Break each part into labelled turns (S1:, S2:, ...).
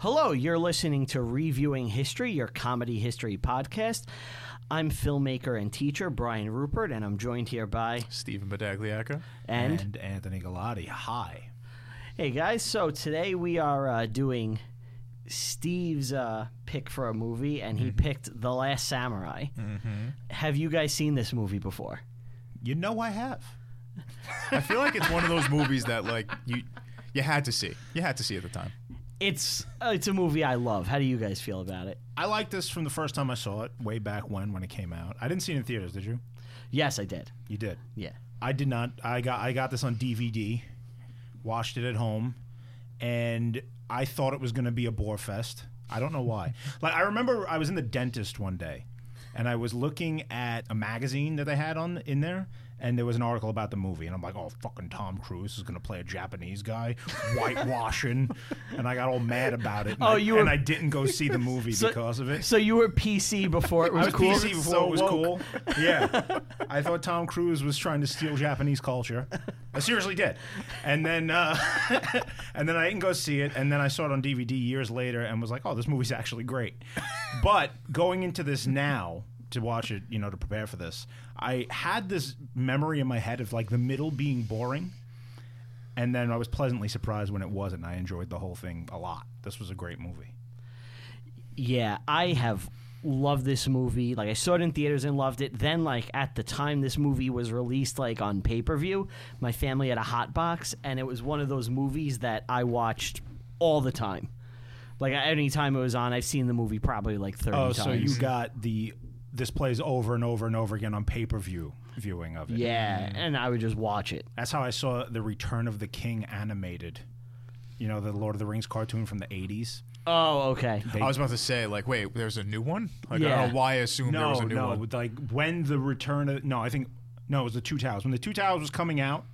S1: Hello, you're listening to Reviewing History, your comedy history podcast. I'm filmmaker and teacher Brian Rupert, and I'm joined here by
S2: Stephen Badagliaca.
S1: and,
S3: Anthony Galati. Hi.
S1: hey guys. So today we are uh, doing Steve's uh, pick for a movie, and
S3: Mm-hmm.
S1: he picked The Last Samurai. Have you guys seen this movie before?
S3: You know I have.
S2: I feel like it's one of those movies that like you you had to see. You had to see at the time.
S1: It's uh, it's a movie I love. How do you guys feel about it?
S3: I liked this from the first time I saw it, way back when when it came out. I didn't see it in theaters, did you?
S1: Yes, I did.
S3: You did.
S1: Yeah.
S3: I did not. I got I got this on DVD, watched it at home, and I thought it was going to be a bore fest. I don't know why. like I remember I was in the dentist one day, and I was looking at a magazine that they had on in there. And there was an article about the movie, and I'm like, "Oh, fucking Tom Cruise is gonna play a Japanese guy, whitewashing," and I got all mad about it. And
S1: Oh,
S3: I,
S1: you were-
S3: and I didn't go see the movie because of it.
S1: So you were PC before it was,
S3: I was
S1: cool.
S3: PC before
S2: So
S3: it was
S2: woke.
S3: cool. Yeah, I thought Tom Cruise was trying to steal Japanese culture. I seriously did. And then, uh, and then I didn't go see it. And then I saw it on DVD years later and was like, "Oh, this movie's actually great." But going into this now to watch it, you know, to prepare for this, I had this memory in my head of like the middle being boring. And then I was pleasantly surprised when it wasn't. I enjoyed the whole thing a lot. This was a great movie.
S1: Yeah, I have loved this movie. Like I saw it in theaters and loved it. Then like at the time this movie was released like on pay-per-view, my family had a hot box and it was one of those movies that I watched all the time. Like at any time it was on, I've seen the movie probably like 30
S3: Oh,
S1: times.
S3: so you got the this plays over and over and over again on pay per view viewing of it.
S1: yeah, and I would just watch it.
S3: that's how I saw the Return of the King animated. You know, the Lord of the Rings cartoon from the '80s.
S1: Oh, okay.
S2: I was about to say like, wait, there's a new one. Like I
S1: Yeah.
S2: don't know why I assumed there was
S3: No,
S2: a new
S3: no,
S2: one.
S3: with, like when the Return of no, I think no, it was the Two Towers. When the Two Towers was coming out,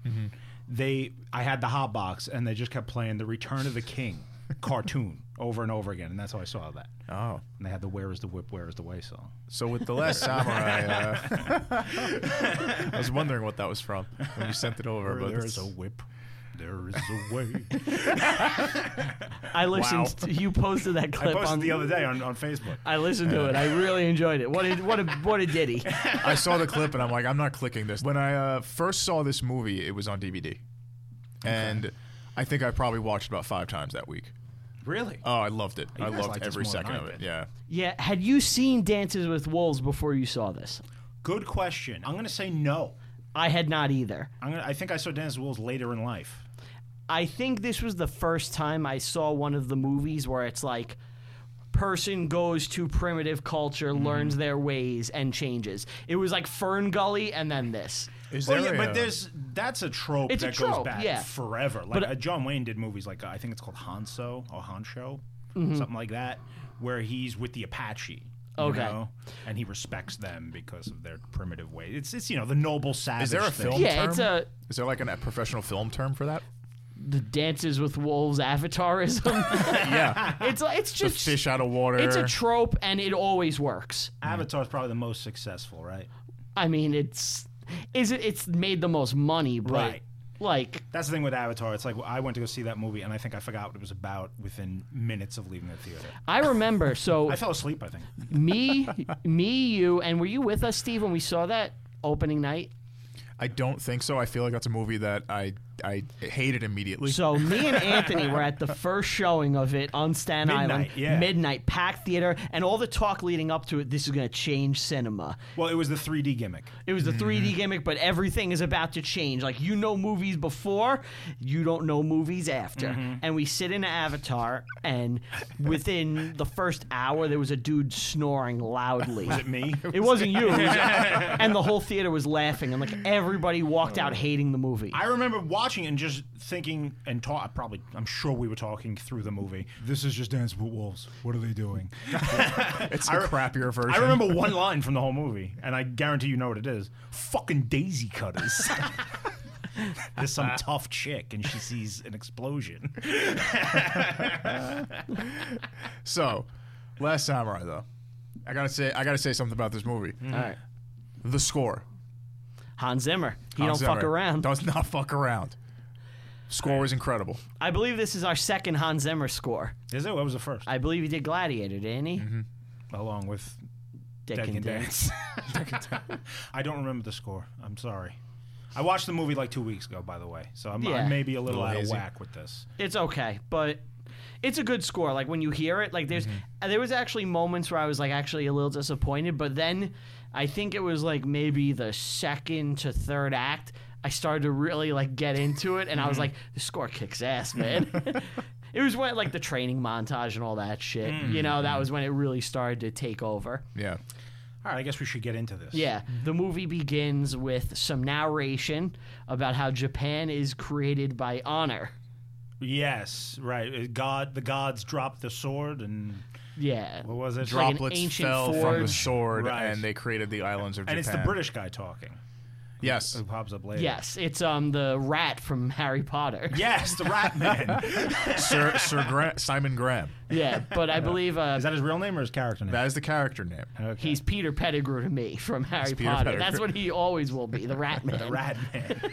S3: they I had the hot box and they just kept playing the Return of the King cartoon over and over again, and that's how I saw that.
S2: Oh,
S3: And they had the "Where is the Whip, Where is the Way" song.
S2: so with the Last Samurai, uh, I was wondering what that was from when you sent it over.
S3: Where
S2: But
S3: there is a
S2: it's-
S3: whip, there is a way.
S1: I listened
S3: Wow.
S1: to, you posted that
S3: I
S1: clip
S3: posted
S1: on
S3: the other day on, on Facebook.
S1: I listened to it. I really enjoyed it. What a what a what a ditty.
S2: I saw the clip and I'm like, I'm not clicking this. When I uh, first saw this movie, it was on DVD, and I think I probably watched about five times that week.
S3: Really?
S2: Oh, I loved it. I
S3: guys
S2: loved
S3: liked this
S2: every
S3: more than
S2: second
S3: I
S2: of it.
S3: did.
S2: Yeah.
S1: Yeah, had you seen Dances with Wolves before you saw this?
S3: Good question. I'm gonna say no.
S1: I had not either.
S3: I'm gonna. I think I saw Dennis Wills later in life.
S1: I think this was the first time I saw one of the movies where it's like person goes to primitive culture, learns their ways and changes. It was like Fern Gully and then this.
S2: Is
S3: Well, Oh, yeah, but there's that's a trope
S1: It's a
S3: that
S1: trope,
S3: goes back
S1: yeah.
S3: forever. Like
S1: But-
S3: uh, John Wayne did movies like uh, I think it's called Hanso or Hancho, something like that, where he's with the Apache. you
S1: Okay.
S3: know, and he respects them because of their primitive ways. It's it's you know the noble savage.
S2: there a
S3: thing.
S2: film?
S1: Yeah,
S2: term?
S1: it's a
S2: Is there like an- a professional film term for that?
S1: the Dances with Wolves avatarism.
S2: yeah.
S1: it's like- it's
S2: The
S1: just
S2: fish out of water.
S1: it's a trope and it always works.
S3: Avatar's probably the most successful, right?
S1: I mean, it's is it it's made the most money, but
S3: Right.
S1: like
S3: That's the thing with Avatar. It's like I went to go see that movie, and I think I forgot what it was about within minutes of leaving the theater.
S1: I remember so
S3: I fell asleep. I think.
S1: me, me, you, and were you with us, Steve, when we saw that opening night?
S2: I don't think so. I feel like that's a movie that I I hated immediately.
S1: So me and Anthony were at the first showing of it on Staten Island,
S3: Midnight, yeah.
S1: midnight, packed theater, and all the talk leading up to it. This is going to change cinema.
S3: Well, it was the 3D gimmick.
S1: It was the
S3: Mm-hmm.
S1: 3D gimmick, but everything is about to change. Like you know movies before, you don't know movies after.
S3: Mm-hmm.
S1: And we sit in Avatar, and within the first hour, there was a dude snoring loudly.
S3: Was it me?
S1: It wasn't you. It was- and the whole theater was laughing, and like everybody walked out hating the movie.
S3: Oh. I remember watching and just thinking and talk. Probably, I'm sure we were talking through the movie. This is just Dance with Wolves. What are they doing?
S2: it's a crappier version.
S3: I remember one line from the whole movie, and I guarantee you know what it is. Fucking daisy cutters. There's some tough chick, and she sees an explosion.
S2: So, Last Samurai though, I gotta say I gotta say something about this movie.
S3: Mm.
S1: All right,
S2: The score.
S1: Hans Zimmer. He
S2: Hans
S1: don't fuck
S2: Zimmer
S1: around.
S2: Does not fuck around. Score was incredible.
S1: I believe this is our second Hans Zimmer score.
S3: Is it? What was the first?
S1: I believe he did Gladiator, didn't he?
S3: Along with
S1: Dick,
S3: Deck and Dance. I don't remember the score. I'm sorry. I watched the movie like two weeks ago, by the way, so I'm,
S1: Yeah.
S3: I may be a little,
S2: Little
S3: out
S2: hazy.
S3: of whack with this.
S1: It's okay, but it's a good score. Like when you hear it, like there's and there was actually moments where I was like actually a little disappointed, but then I think it was like maybe the second to third act. I started to really like get into it, and I was like, "The score kicks ass, man." it was when like the training montage and all that shit. You know, that was when it really started to take over.
S2: Yeah.
S3: All right, I guess we should get into this.
S1: Yeah. The movie begins with some narration about how Japan is created by honor.
S3: Yes, right. Uh, God, the gods dropped the sword, and
S1: Yeah.
S3: what was
S1: Like
S3: it?
S1: an
S2: Droplets
S1: ancient
S2: fell from the
S1: forge.
S2: sword,
S3: Right.
S2: and they created the islands of Japan.
S3: and it's the British guy talking
S2: Yes.
S3: who pops up later.
S1: Yes, it's um the rat from Harry Potter.
S3: Yes, the Rat Man.
S2: Sir, Sir Gra- Simon Graham.
S1: Yeah, but I believe uh,
S3: Is that his real name or his character name?
S2: That is the character name.
S3: Okay.
S1: he's Peter Pettigrew to me from Harry
S2: Peter
S1: Potter.
S2: Pettigrew.
S1: That's what he always will be, the rat man.
S3: the Rat Man.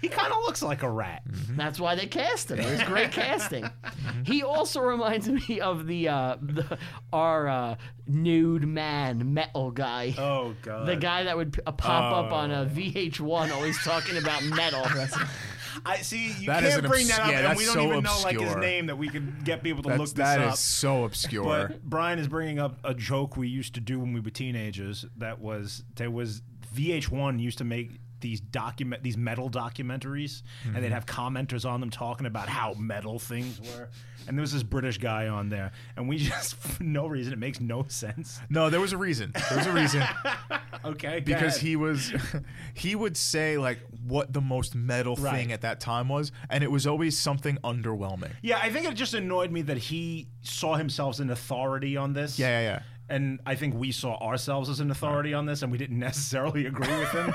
S3: he kind of looks like a rat.
S2: Mm-hmm.
S1: That's why they cast him. It was great casting.
S3: Mm-hmm.
S1: He also reminds me of the uh the, our uh, nude man metal guy.
S3: Oh God!
S1: The guy that would p- uh, pop up on a VH1 always talking about metal.
S3: I see. You
S2: That is
S3: can't
S2: an
S3: bring
S2: obs-
S3: that up,
S2: yeah,
S3: and we
S2: that's
S3: don't
S2: so
S3: even know like his
S2: obscure.
S3: name that we could get people to
S2: That's,
S3: look this
S2: that
S3: up.
S2: is so obscure.
S3: But Brian is bringing up a joke we used to do when we were teenagers. That was there was VH1 used to make these document these metal documentaries, and they'd have commenters on them talking about how metal things were. And there was this British guy on there, and we just for no reason it makes no sense.
S2: no, there was a reason. There was a reason
S3: Okay, go
S2: because
S3: ahead.
S2: he was he would say like what the most metal
S3: Right.
S2: thing at that time was, and it was always something underwhelming.
S3: Yeah, I think it just annoyed me that he saw himself as an authority on this.
S2: Yeah, yeah, yeah.
S3: And I think we saw ourselves as an authority on this, and we didn't necessarily agree with him.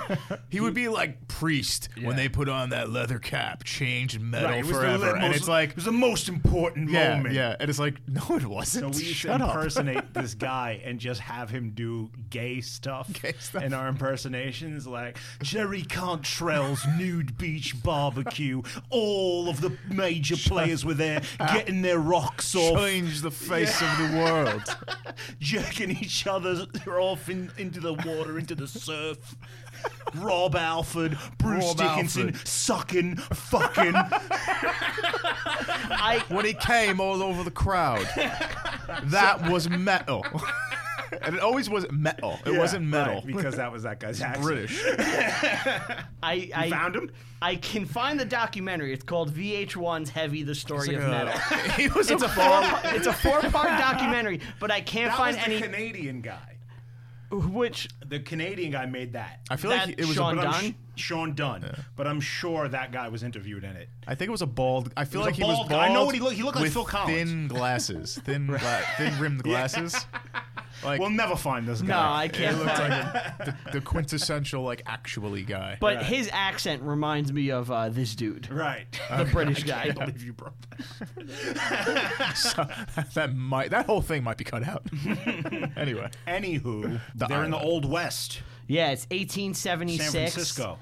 S2: He would be like priest when they put on that leather cap, changed metal
S3: Right, it was the
S2: forever,
S3: le-
S2: and
S3: most-
S2: it's like
S3: it was the most important
S2: yeah,
S3: moment.
S2: yeah, and it's like no, it wasn't.
S3: So we used to
S2: Shut up.
S3: impersonate this guy and just have him do gay stuff,
S2: Gay stuff.
S3: in our impersonations, like Jerry Cantrell's nude beach barbecue. All of the major players were there getting their rocks off,
S2: Change the face of the world.
S3: jerking each other off in, into the water, into the surf. Rob Alford, Bruce
S2: Rob
S3: Dickinson,
S2: Alford.
S3: sucking, fucking.
S1: I
S2: when he came all over the crowd. That was metal. and it always was metal. It wasn't metal.
S3: Right, because that was that guy's accent.
S2: British.
S1: I, I
S3: Found him.
S1: I can find the documentary. It's called VH1's Heavy: The Story of Metal.
S2: Uh, he was
S1: It's
S2: a
S1: a four. It's a four-part documentary, but I can't
S3: That
S1: find
S3: was the
S1: any.
S3: Canadian guy.
S1: which
S3: The Canadian guy made that.
S2: I feel
S1: that
S2: like it was.
S1: Sean
S2: A,
S3: But I'm
S1: Dunn?
S3: sh- Sean Dunn. But I'm sure that guy was interviewed in it.
S2: I think it was a bald. I feel
S3: was
S2: like
S3: a
S2: he was
S3: bald
S2: bald.
S3: guy. I know what he looked- he looked like
S2: with
S3: Phil Collins.
S2: Thin glasses, thin, gla- thin rimmed glasses. Like
S3: We'll never find this guy.
S1: no, I can't
S2: it looked
S1: find. it.
S2: like the, the quintessential like actually guy.
S1: But his accent reminds me of uh, this dude,
S3: Right.
S1: the British guy.
S3: I believe you broke that.
S2: So, that might that whole thing might be cut out. anyway,
S3: Anywho, they're in
S2: island.
S3: the Old West,
S1: Yeah, it's
S3: San
S1: 1876.
S3: Francisco.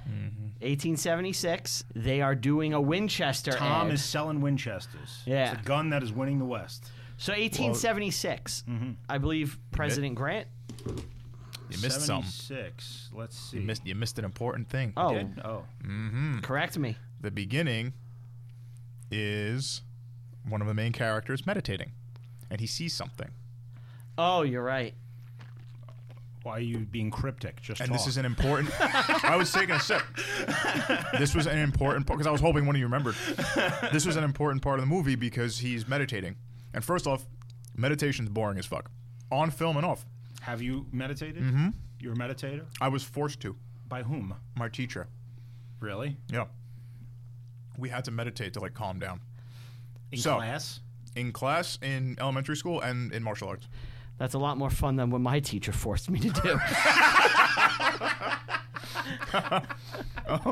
S1: 1876. They are doing a Winchester.
S3: Tom
S1: ad.
S3: is selling Winchesters.
S1: Yeah.
S3: It's a gun that is winning the West.
S1: so 1876.
S3: Mm-hmm.
S1: I believe President Grant.
S2: you missed something.
S3: 76. Let's see.
S2: You missed, you missed an important thing.
S1: Oh,
S3: Did? Oh.
S1: correct me.
S2: the beginning is one of the main characters meditating and he sees something
S1: Oh, you're right.
S3: Why are you being cryptic? Just
S2: and
S3: talk.
S2: this is an important i was taking a sip this was an important part because i was hoping one of you remembered this was an important part of the movie because he's meditating and first off meditation's boring as fuck on film and off
S3: Have you meditated? Mm-hmm. You're a meditator?
S2: i was forced to
S3: By whom?
S2: my teacher
S3: Really?
S2: yeah we had to meditate to like calm down
S3: In
S2: So-
S3: class?
S2: in class in elementary school and in martial arts
S1: That's a lot more fun than what my teacher forced me to do.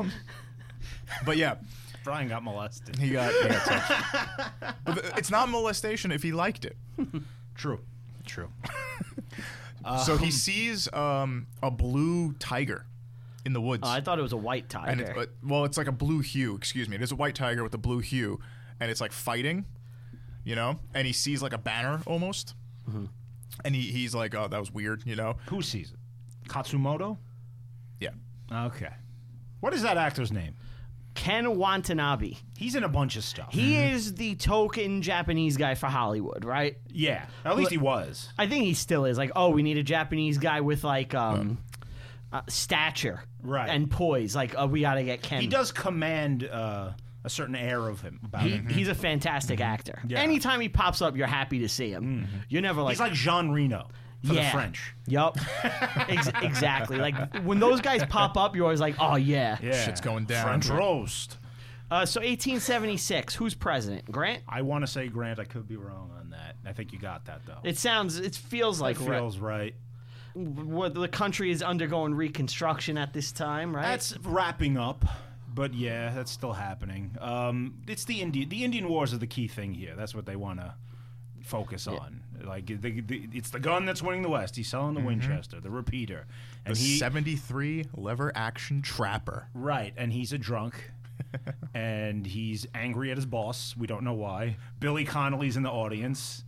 S2: but yeah
S3: Brian got molested.
S2: He got, he got touched. but th- it's not molestation if he liked it.
S3: True. True.
S2: so he sees um, a blue tiger in the woods.
S1: Oh, I thought it was a white tiger.
S2: and it's, but, well, it's like a blue hue. Excuse me, it is a white tiger with a blue hue, and it's like fighting, you know. And he sees like a banner almost,
S3: Mm-hmm.
S2: and he, he's like, "Oh, that was weird," you know.
S3: Who sees it? Katsumoto?
S2: Yeah,
S3: Okay. What is that actor's name?
S1: Ken Watanabe.
S3: He's in a bunch of stuff.
S1: He is the token Japanese guy for Hollywood, right?
S3: yeah. At least he was.
S1: I think he still is. Like, oh, we need a Japanese guy with like um, uh, stature,
S3: Right.
S1: and poise. Like, oh, we gotta get Ken.
S3: He does command uh, a certain air of him about
S1: He-
S3: him.
S1: Mm-hmm. He's a fantastic actor.
S3: Mm-hmm. Yeah. Mm-hmm.
S1: Anytime he pops up, you're happy to see him. You're never like,
S3: He's like Jean Reno for
S1: yeah.
S3: the French.
S1: Yup. Ex- exactly. Like when those guys pop up, you're always like, oh yeah.
S2: Shit's going down.
S3: French roast.
S1: Uh, so 1876, who's president? Grant.
S3: I want to say Grant. I could be wrong on that. I think you got that though.
S1: It sounds. It feels like re-
S3: feels right.
S1: what the country is undergoing reconstruction at this time, right?
S3: That's wrapping up, but yeah, that's still happening. Um, it's the Indian. The Indian Wars are the key thing here. That's what they want to focus on. Like the, the, it's the gun that's winning the West. He's selling the Winchester, the repeater,
S2: The
S3: and he
S2: seventy-three lever action trapper.
S3: right, and he's a drunk. and he's angry at his boss. We don't know why. Billy Connolly's in the audience,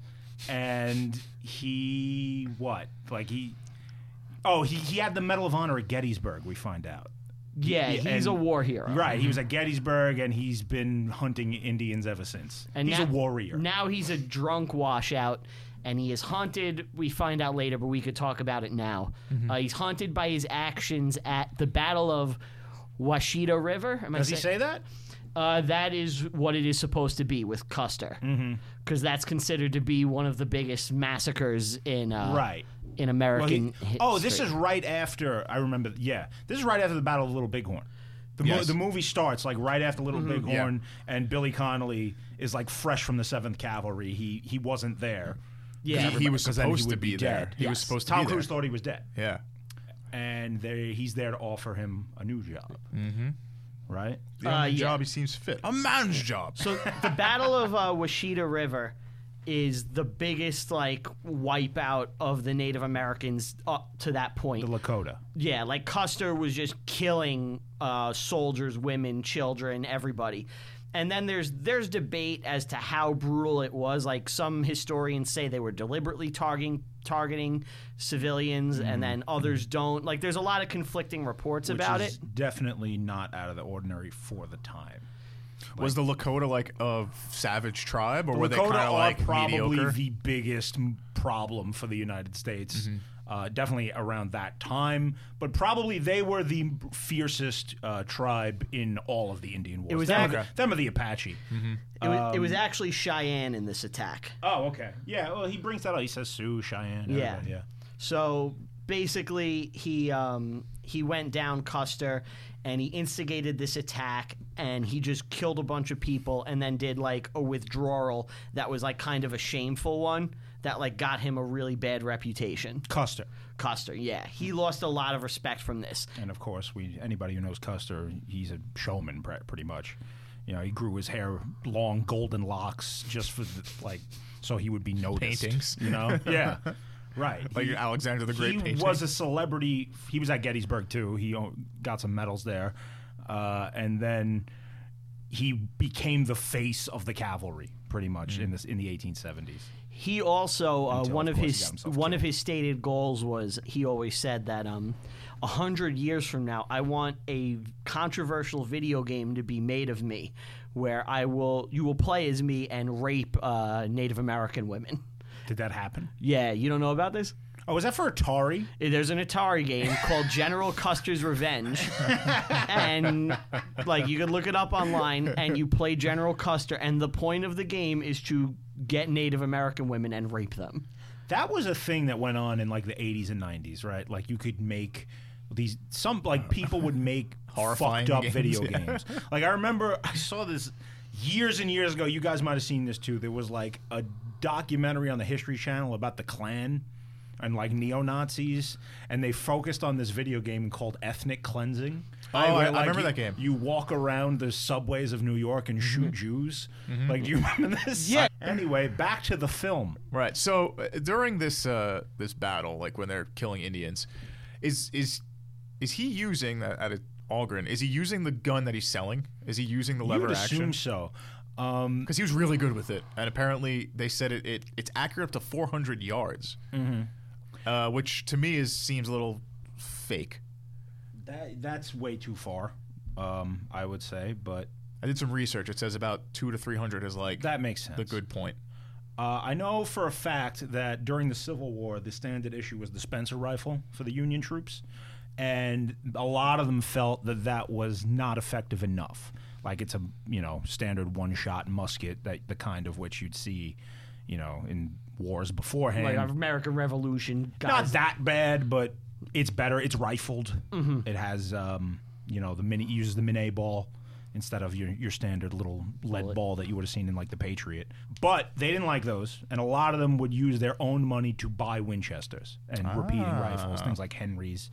S3: and he what? Like he? Oh, he he had the Medal of Honor at Gettysburg. We find out.
S1: yeah,
S3: yeah,
S1: he's a
S3: and-
S1: war hero.
S3: Right. He was at Gettysburg, and he's been hunting Indians ever since.
S1: And
S3: he's
S1: now,
S3: a warrior.
S1: Now he's a drunk washout, and he is haunted. We find out later, but we could talk about it now.
S3: Mm-hmm.
S1: Uh, he's haunted by his actions at the Battle of Washita River. Am I
S3: Does he
S1: say-
S3: say that?
S1: Uh, that is what it is supposed to be with Custer,
S3: Mm-hmm.
S1: because that's considered to be one of the biggest massacres in uh,
S3: Right.
S1: in
S3: Well, he-
S1: American.
S3: oh, this is right after. I remember. Yeah, this is right after the Battle of Little Bighorn. The, mo-
S2: Yes.
S3: the movie starts like right after Little
S1: Mm-hmm.
S3: Bighorn, and Billy Connolly is like fresh from the Seventh Cavalry. He he wasn't there.
S1: Yeah. He- he
S2: was
S3: 'cause then
S2: supposed to
S3: would
S2: be there.
S3: dead.
S2: He was supposed to
S3: Tom
S2: be there.
S3: Cruise thought he was dead,
S2: Yeah,
S3: and they, he's there to offer him a new job. Mm-hmm. Right.
S2: the
S1: Uh,
S2: only
S1: yeah.
S2: job he seems fit. A man's job.
S1: So the Battle of uh, Washita River is the biggest like wipeout of the Native Americans up to that point.
S3: The Lakota.
S1: Yeah, like Custer was just killing uh, soldiers, women, children, everybody. And then there's there's debate as to how brutal it was. Like some historians say they were deliberately targeting targeting civilians, and then others don't. Like there's a lot of conflicting reports
S3: Mm-hmm. which
S1: about
S3: is
S1: it.
S3: Definitely not out of the ordinary for the time.
S2: was the Lakota like a savage tribe, or were they
S3: Lakota
S2: kind of
S3: are
S2: like
S3: probably
S2: mediocre?
S3: the biggest m- problem for the United States.
S2: Mm-hmm.
S3: Uh, definitely around that time, but probably they were the fiercest uh, tribe in all of the Indian Wars. It
S1: was
S3: them,
S1: ac-
S3: or the, them or the Apache.
S2: Mm-hmm.
S1: It was, it was
S3: um,
S1: actually Cheyenne in this attack.
S3: Oh, okay. Yeah. Well, he brings that up. He says Sioux, Cheyenne.
S1: Yeah.
S3: everybody, yeah.
S1: So basically, he um, he went down Custer, and he instigated this attack, and he just killed a bunch of people, and then did like a withdrawal that was like kind of a shameful one that like got him a really bad reputation.
S3: Custer,
S1: Custer, yeah, he lost a lot of respect from this.
S3: and of course, we anybody who knows Custer, he's a showman pre- pretty much. You know, he grew his hair long, golden locks just for the, like so he would be noticed.
S2: Paintings.
S3: you know? yeah, right.
S2: like
S3: He-
S2: Alexander the Great
S3: he
S2: painting.
S3: was a celebrity. He was at Gettysburg too. He o- got some medals there, uh, and then he became the face of the cavalry, pretty much
S2: Mm.
S3: in this in the 1870s.
S1: He also uh,
S3: Until,
S1: one
S3: of
S1: of,
S3: course, he
S1: his
S3: got himself
S1: one of his stated goals was he always said that um a hundred years from now I want a controversial video game to be made of me where I will you will play as me and rape uh, Native American women.
S3: Did that happen?
S1: Yeah, you don't know about this.
S3: Oh, was that for Atari?
S1: There's an Atari game called General Custer's Revenge, and like you could look it up online, and you play General Custer, and the point of the game is to get Native American women and rape them.
S3: That was a thing that went on in like the 80s and 90s, right? Like you could make these some like people would make
S2: Horrifying
S3: fucked up
S2: games,
S3: video
S2: yeah.
S3: games. Like I remember I saw this years and years ago. You guys might have seen this too. There was like a documentary on the History Channel about the Klan and like neo Nazis, and they focused on this video game called Ethnic Cleansing.
S2: Oh, I-
S3: where,
S2: I remember
S3: you-
S2: that game. Mm-hmm.
S3: You walk around the subways of New York and shoot Jews. Like, do you remember this?
S1: Yeah.
S3: Anyway, back to the film.
S2: Right. So uh, during this uh, this battle, like when they're killing Indians, is is Is he using that at a Algren? Is he using the gun that he's selling? Is he using the
S3: You
S2: lever
S3: would
S2: action?
S3: assume so. Um,
S2: Because he was really good with it, and apparently they said it, it it's accurate up to 400 yards, mm-hmm. uh, which to me is seems a little fake.
S3: that that's way too far. Um, I would say, but
S2: I did some research. It says about two to 300 is like
S3: that makes sense.
S2: the good point.
S3: Uh, I know for a fact that during the Civil War, the standard issue was the Spencer rifle for the Union troops, and a lot of them felt that that was not effective enough. Like it's a you know standard one-shot musket that the kind of which you'd see, you know, in wars beforehand.
S1: Like American Revolution.
S3: not
S1: Guys,
S3: that bad, but it's better. It's rifled.
S2: Mm-hmm.
S3: It has um, you know the mini it uses the minet ball instead of your your standard little lead ball that you would have seen in like the Patriot. But they didn't like those, and a lot of them would use their own money to buy Winchesters and repeating
S2: Ah.
S3: rifles, things like Henrys,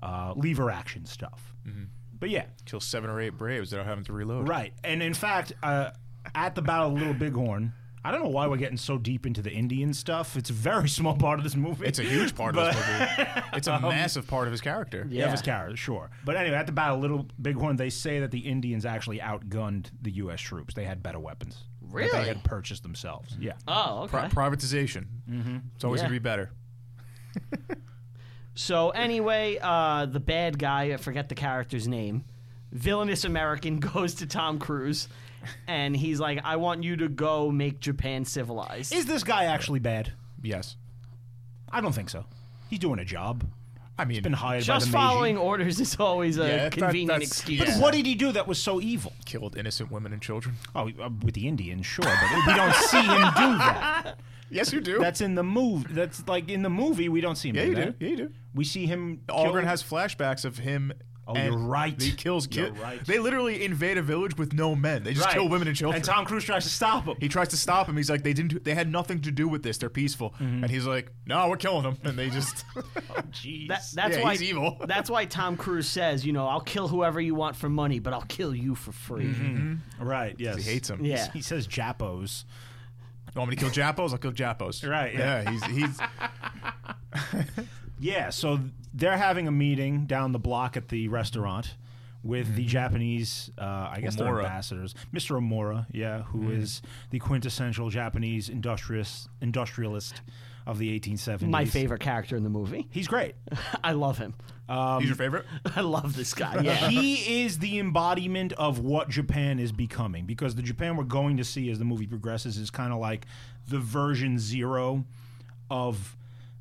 S3: uh, lever action stuff.
S2: Mm-hmm.
S3: But yeah,
S2: Kill seven or eight Braves without having to reload.
S3: Right. And in fact, uh, at the Battle of Little Bighorn, I don't know why we're getting so deep into the Indian stuff. It's a very small part of this movie.
S2: It's a huge part of this movie. It's
S3: Um,
S2: a massive part of his character.
S1: Yeah.
S3: Of his character, sure. But anyway, at the Battle of Little Bighorn, they say that the Indians actually outgunned the U.S. troops. They had better weapons. That
S1: Really?
S3: they had purchased themselves. Yeah.
S1: Oh, okay.
S2: Pri- privatization.
S3: Mm-hmm.
S2: It's always
S1: Yeah.
S2: gonna be better.
S1: So anyway, uh, the bad guy, I forget the character's name, villainous American goes to Tom Cruise, and he's like, "I want you to go make Japan civilized."
S3: Is this guy actually bad?
S2: Yes.
S3: I don't think so. He's doing a job.
S2: I mean,
S3: Been hired
S1: Just
S3: by the Meiji.
S1: following orders is always a
S2: Yeah, that-
S1: convenient
S2: that's-
S1: excuse.
S3: But
S2: Yeah.
S3: what did he do that was so evil?
S2: killed innocent women and children.
S3: Oh, uh, with the Indians, sure, but we don't see him do that.
S2: Yes, you do.
S3: That's in the movie. That's like in the movie. We don't see him.
S2: yeah,
S3: do
S2: you do.
S3: that.
S2: Yeah, you do.
S3: We see him.
S2: Algren
S3: kill-
S2: has flashbacks of him.
S3: Oh,
S2: and
S3: you're right.
S2: He kills
S3: You're
S2: kids.
S3: right.
S2: They literally invade a village with no men. They just
S3: Right.
S2: kill women and children.
S3: And Tom Cruise tries to stop him.
S2: he tries to stop him. He's like, they didn't. Do, they had nothing to do with this. They're peaceful.
S3: Mm-hmm.
S2: And he's like, no, we're killing them. And they just.
S3: Jeez.
S1: That- that's
S2: Yeah,
S1: why
S2: he's evil.
S1: that's why Tom Cruise says, you know, I'll kill whoever you want for money, but I'll kill you for free.
S3: right. Yes.
S2: he hates him.
S1: Yeah.
S3: He says Japos.
S2: You want me to kill Japos? I'll kill Japos.
S3: Right, yeah.
S2: Yeah. he's he's
S3: Yeah. So they're having a meeting down the block at the restaurant with the Japanese, uh, I guess they're
S2: Omura.
S3: ambassadors, Mr. Amora. Yeah, who is the quintessential Japanese industrious industrialist of the 1870s.
S1: My favorite character in the movie.
S3: He's great.
S1: I love him.
S3: Um,
S2: he's your favorite.
S1: I love this guy. Yeah.
S3: he is the embodiment of what Japan is becoming because the Japan we're going to see as the movie progresses is kind of like the version zero of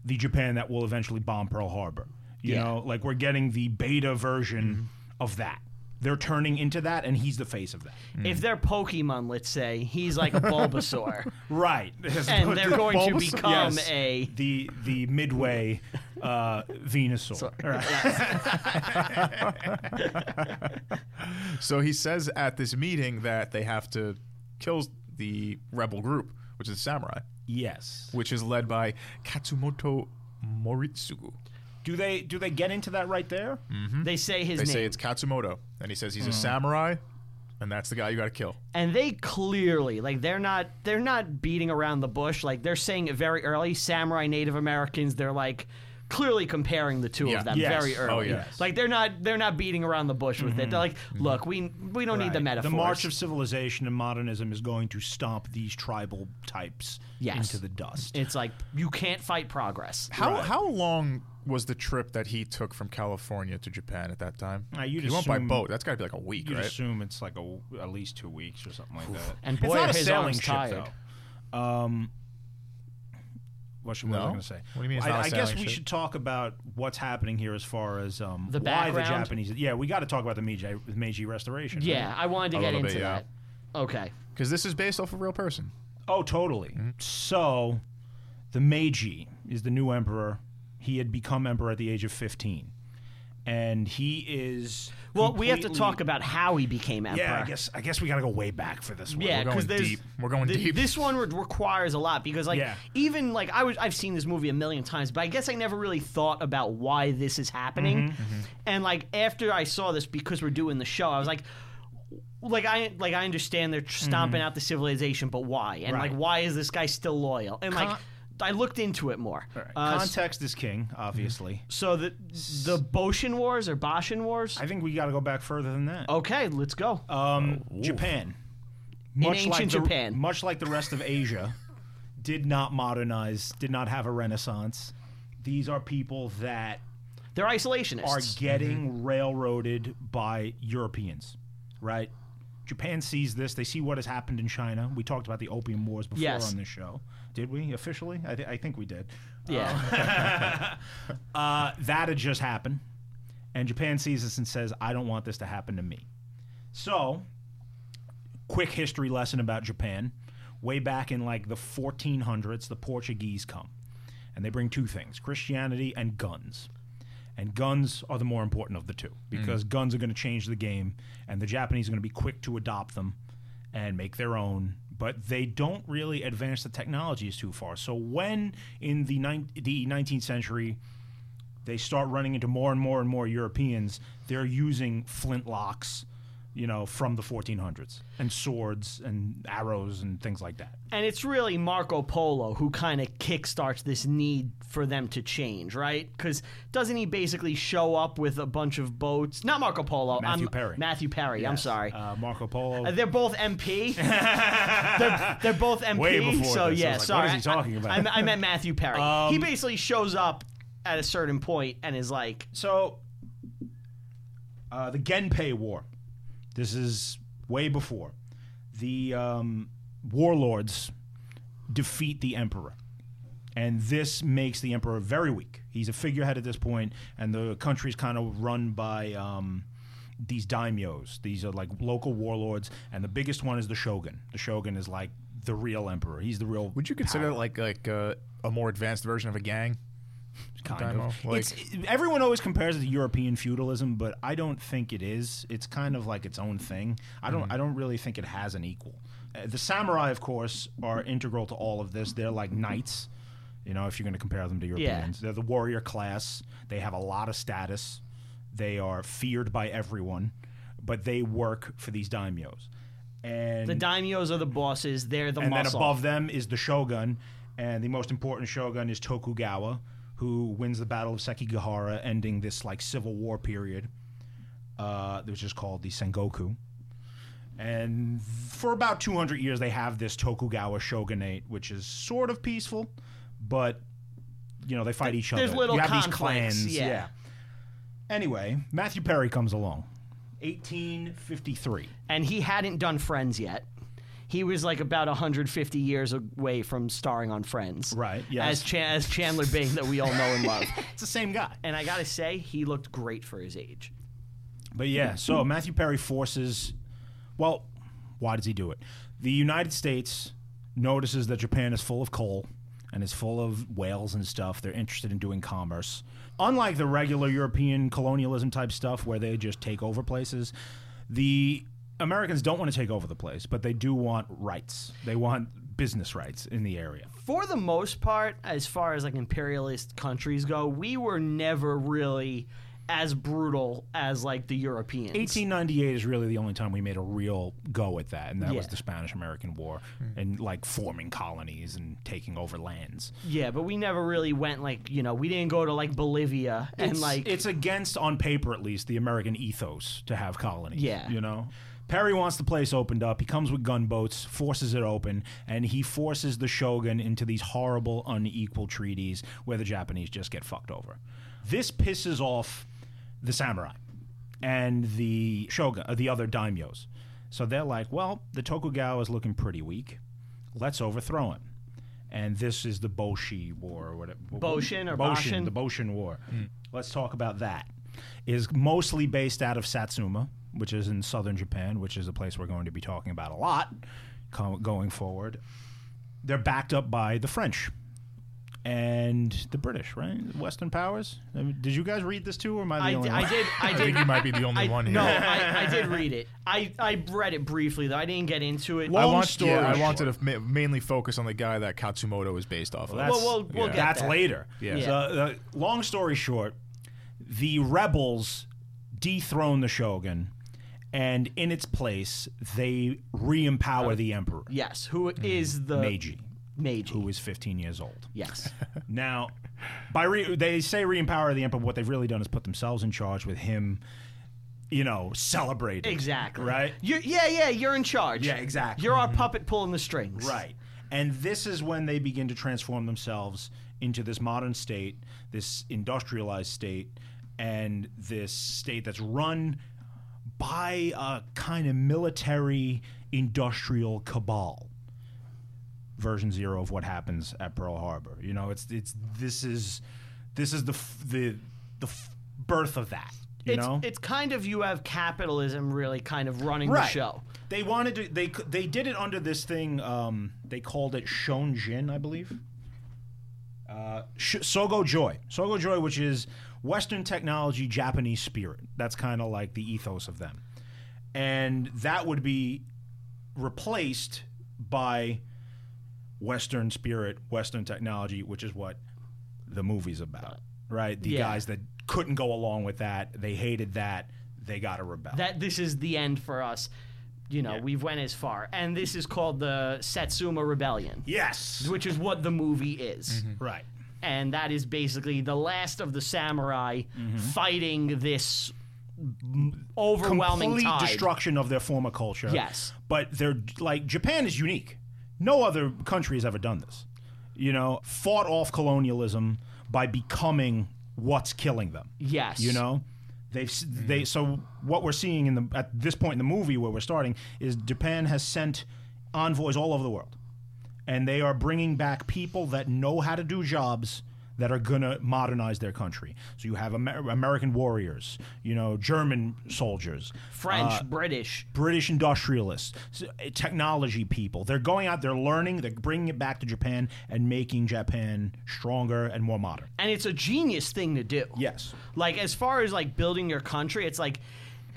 S3: the Japan that will eventually bomb Pearl Harbor. You
S1: Yeah. Mm-hmm.
S3: know, like we're getting the beta version of that. They're turning into that, and he's the face of that.
S1: If they're Pokemon, let's say, he's like a Bulbasaur.
S3: Right.
S1: and they're going to
S2: Bulbas-
S1: become
S2: yes.
S1: a
S3: the the midway uh, Venusaur. Right.
S2: So he says at this meeting that they have to kill the rebel group, which is samurai,
S3: Yes.
S2: which is led by Katsumoto Moritsugu.
S3: Do they do they get into that right there?
S1: they say his
S2: They
S1: name
S2: say it's Katsumoto, and he says he's a
S3: Hmm.
S2: samurai, and that's the guy you got to kill.
S1: and they clearly like they're not they're not beating around the bush like they're saying it very early samurai native americans they're like clearly comparing the two
S2: Yeah.
S1: of them
S3: Yes. Mm-hmm.
S1: very early
S2: Oh, yes.
S1: like they're not they're not beating around the bush with it they're like look we we don't need the
S3: Right.
S1: metaphor
S3: march of civilization and modernism is going to stomp these tribal types
S1: Yes.
S3: into the dust.
S1: it's like you can't fight progress
S2: How how long was the trip that he took from California to Japan at that time?
S3: Uh, you'd
S2: he went by
S3: assume-
S2: boat. That's got to be like a week,
S3: You'd
S2: right?
S3: assume it's like a, at least two weeks or something like that.
S1: and
S3: it's
S1: boy
S3: not
S1: are
S3: a
S1: his
S3: sailing
S1: arms
S3: ship,
S1: tired
S3: though. Um, what should what was I
S2: No?
S3: going to say?
S2: What do you mean it's
S3: I,
S2: not a
S3: I guess
S2: sailing
S3: we
S2: ship?
S3: should talk about what's happening here as far as um,
S1: The
S3: why the
S1: background?
S3: Japanese. Yeah, we got to talk about the Meiji, the Meiji Restoration. right?
S1: yeah i wanted to
S2: A
S1: get
S2: little
S1: into
S2: bit, yeah.
S1: that okay
S2: Because this is based off a real person.
S3: Oh, totally.
S1: Mm-hmm.
S3: So, the Meiji is the new emperor. He had become emperor at the age of 15. And he is.
S1: well we have to
S3: completely-
S1: talk about how he became emperor
S3: Yeah, I guess I guess we got to go way back for this one.
S1: Yeah,
S2: We're
S1: because
S2: going
S1: there's
S2: deep. We're going
S1: th-
S2: deep.
S1: This one re- requires a lot because, like,
S3: Yeah.
S1: even like I was, I've seen this movie a million times, but I guess I never really thought about why this is happening.
S2: Mm-hmm.
S1: And like after I saw this, because we're doing the show, I was like. Like I like
S2: Mm-hmm.
S1: I understand they're tr- stomping out the civilization, but why? And
S3: Right.
S1: like why is this guy still loyal? And like I looked into it more.
S3: All right.
S1: Uh, s- Mm-hmm.
S3: Context is king, obviously.
S1: so the the Boshin Wars or Boshin Wars.
S3: I think we got to go back further than that.
S1: okay, let's go.
S2: Uh,
S3: Um, Japan, much like
S1: Oh, ancient
S3: the,
S1: Japan.
S3: much like the rest of Asia, did not modernize, did not have a renaissance. These are people that
S1: They're isolationists.
S3: are getting railroaded by Europeans, right? Japan sees this. They see what has happened in China. We talked about the Opium Wars before
S1: Yes.
S3: on this show. Did we officially? I, th- I think we did.
S1: yeah.
S3: Uh, that had just happened. And Japan sees this and says, I don't want this to happen to me. So, quick history lesson about Japan. Way back in like the 1400s, the Portuguese come. And they bring two things Christianity and guns. And guns are the more important of the two because guns are going to change the game, and the Japanese are going to be quick to adopt them and make their own. But they don't really advance the technologies too far. So when in the, nine the 19th century they start running into more and more and more Europeans, they're using flintlocks, you know, from the 1400s and swords and arrows and things like that.
S1: and it's really Marco Polo who kind of kickstarts this need for them to change, right? Because doesn't he basically show up with a bunch of boats? Not Marco Polo.
S3: Matthew
S1: I'm,
S3: Perry.
S1: Matthew Perry. I'm sorry.
S3: Uh, Marco Polo.
S1: Uh, They're both MP. they're, they're both MP.
S3: Way before
S1: so
S3: this, I
S1: yeah,
S3: was like,
S1: sorry.
S3: what is he talking
S1: I-
S3: about? Um,
S1: I, I, meant Matthew Perry. he basically shows up at a certain point and is like,
S3: So, uh, the Genpei War. This is way before. The um, warlords defeat the emperor. And this makes the emperor very weak. He's a figurehead at this point, and the country's kind of run by um, these daimyos. These are like local warlords, and the biggest one is the shogun. The shogun is like the real emperor. He's the real
S2: Would you consider it like like uh, a more advanced version of a gang?
S3: kind
S2: Daimo?
S3: of.
S2: Like-
S3: it's, everyone always compares it to European feudalism, but I don't think it is. It's kind of like its own thing. I don't. I don't really think it has an equal. Uh, the samurai, of course, are integral to all of this. They're like knights. You know, if you're going to compare them to Europeans, they're the warrior class. They have a lot of status. They are feared by everyone, but they work for these daimyos. And
S1: the daimyos are the bosses. They're the
S3: and then
S1: muscle.
S3: above them is the shogun, and the most important shogun is Tokugawa, who wins the Battle of Sekigahara, ending this like civil war period, uh, which is called the Sengoku. And for about 200 years, they have this Tokugawa shogunate, which is sort of peaceful, but you know they fight each other.
S1: there's little
S3: you have these
S1: conflicts,
S3: clans,
S1: yeah.
S3: Anyway, Matthew Perry comes along, 1853.
S1: and he hadn't done Friends yet. He was like about 150 years away from starring on Friends.
S3: Right, yes.
S1: As, Chan- as Chandler Bing that we all know and love.
S3: It's the same guy.
S1: and I gotta say, he looked great for his age.
S3: But yeah, so Matthew Perry forces. Well, why does he do it? The United States notices that Japan is full of coal and is full of whales and stuff. They're interested in doing commerce. Unlike the regular European colonialism type stuff where they just take over places, the Americans don't want to take over the place, but they do want rights. They want business rights in the area.
S1: for the most part, as far as like imperialist countries go, we were never really as brutal as like the Europeans.
S3: 1898 is really the only time we made a real go at that, and that was
S1: Yeah.
S3: the Spanish American War and like forming colonies and taking over lands.
S1: Yeah, but we never really went like you know we didn't go to like Bolivia and
S3: it's,
S1: like
S3: it's against, on paper at least, the American ethos to have colonies.
S1: Yeah.
S3: you know. Perry wants the place opened up. He comes with gunboats, forces it open, and he forces the shogun into these horrible, unequal treaties where the Japanese just get fucked over. This pisses off the samurai and the shogun, uh, the other daimyos. So they're like, well, the Tokugawa is looking pretty weak. Let's overthrow him. And this is the Boshi War or whatever.
S1: Boshin or Bashin?
S3: The Boshin War. Let's talk about that. Is mostly based out of Satsuma, which is in southern Japan, which is a place we're going to be talking about a lot co- going forward. They're backed up by the French and the British, right? Western powers. I mean, did you guys read this too, or am I the
S1: I,
S3: only
S1: di-
S3: one?
S1: I did I
S2: I
S1: did
S2: think you might be the only
S1: I,
S2: one here.
S1: no I, I did read it I I read it briefly though I didn't get into it.
S2: I
S3: Long
S2: want,
S3: story
S2: yeah, I
S3: short.
S2: wanted to ma- mainly focus on the guy that Katsumoto is based off of.
S3: Well, that's,
S1: Well, we'll- we'll get
S3: that's
S1: there.
S3: later.
S2: Yeah. Yeah.
S3: So, uh, long story short, the rebels dethrone the shogun, and in its place, they re-empower the emperor
S1: yes, who is the
S3: Mm. Meiji.
S1: Meiji.
S3: who is 15 years old.
S1: yes.
S3: Now, by re- they say re-empower the emperor, but what they've really done is put themselves in charge with him, you know, celebrating.
S1: Exactly.
S3: Right?
S1: You're, yeah, yeah. You're in charge.
S3: Yeah, exactly. Mm-hmm.
S1: You're our puppet pulling the strings.
S3: Right. And this is when they begin to transform themselves into this modern state, this industrialized state, and this state that's run by a kind of military industrial cabal. Version zero of what happens at Pearl Harbor. You know, it's it's this is this is the f- the the f- birth of that. You
S1: it's,
S3: know,
S1: it's kind of you have capitalism really kind of running the show.
S3: They wanted to. They c- they did it under this thing. Um, they called it Shonjin, I believe. Uh, Sh- Sogo Joy, Sogo Joy, which is Western technology, Japanese spirit. That's kind of like the ethos of them, and that would be replaced by Western spirit, Western technology, which is what the movie's about, right? The
S1: Yeah.
S3: guys that couldn't go along with that, they hated that, they got to rebel.
S1: That this is the end for us. You know, we've went as far, and this is called the Satsuma Rebellion,
S3: yes, Mm-hmm.
S1: which is what the movie is,
S3: right.
S1: and that is basically the last of the samurai
S3: Mm-hmm.
S1: fighting this m- overwhelming
S3: complete
S1: tide.
S3: destruction of their former culture.
S1: Yes.
S3: but they're like Japan is unique. No other country has ever done this. You know, fought off colonialism by becoming what's killing them.
S1: yes,
S3: You know, they've s- they so what we're seeing in the at this point in the movie where we're starting is Japan has sent envoys all over the world, and they are bringing back people that know how to do jobs that are gonna modernize their country. So you have Amer- American warriors, you know, German soldiers,
S1: French,
S3: uh,
S1: British,
S3: British industrialists, s- uh, technology people. They're going out, they're learning, they're bringing it back to Japan and making Japan stronger and more modern.
S1: and it's a genius thing to do.
S3: Yes.
S1: Like as far as like building your country, it's like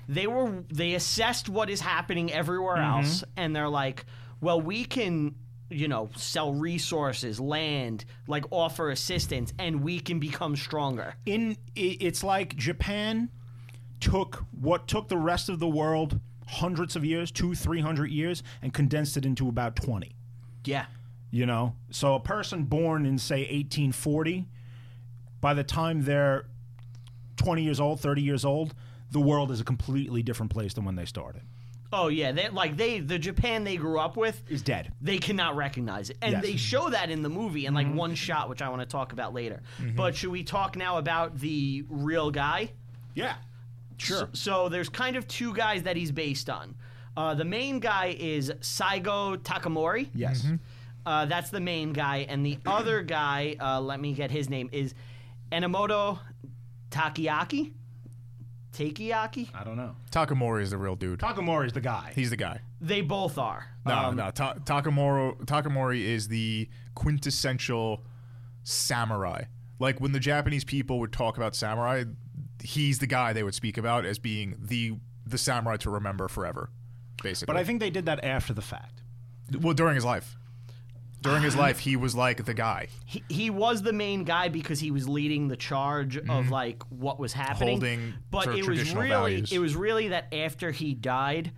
S1: they were they assessed what is happening everywhere
S3: Mm-hmm.
S1: else and they're like, well, we can you know sell resources, land, like offer assistance and we can become stronger.
S3: in i- it's like Japan took what took the rest of the world hundreds of years, two, three hundred years, and condensed it into about twenty.
S1: Yeah.
S3: You know, so a person born in say 1840, by the time they're 20 years old, 30 years old, the world is a completely different place than when they started.
S1: Oh yeah, they like they the Japan they grew up with
S3: Is dead.
S1: they cannot recognize it. And
S3: Yes. Mm-hmm.
S1: they show that in the movie in like one shot which I want to talk about later. But should we talk now about the real guy?
S3: Yeah, sure.
S1: So there's kind of two guys that he's based on. Uh, the main guy is Saigo Takamori.
S3: yes.
S1: Uh, that's the main guy. And the other guy, uh, let me get his name, is Enomoto Takiaki? Takiaki?
S3: I don't know.
S2: Takamori is the real dude.
S3: Takamori is the guy.
S2: He's the guy.
S1: They both are.
S2: No,
S3: Um,
S2: no. Ta- Takamori, Takamori is the quintessential samurai. Like when the Japanese people would talk about samurai, he's the guy they would speak about as being the the samurai to remember forever, basically.
S3: but I think they did that after the fact.
S2: well, during his life, during
S3: Uh-huh.
S2: his life, he was like the guy
S1: He, he was the main guy because he was leading the charge of like what was happening.
S2: Mm-hmm. holding
S1: but
S2: sort of
S1: it was
S2: traditional
S1: really
S2: values.
S1: it was really that after he died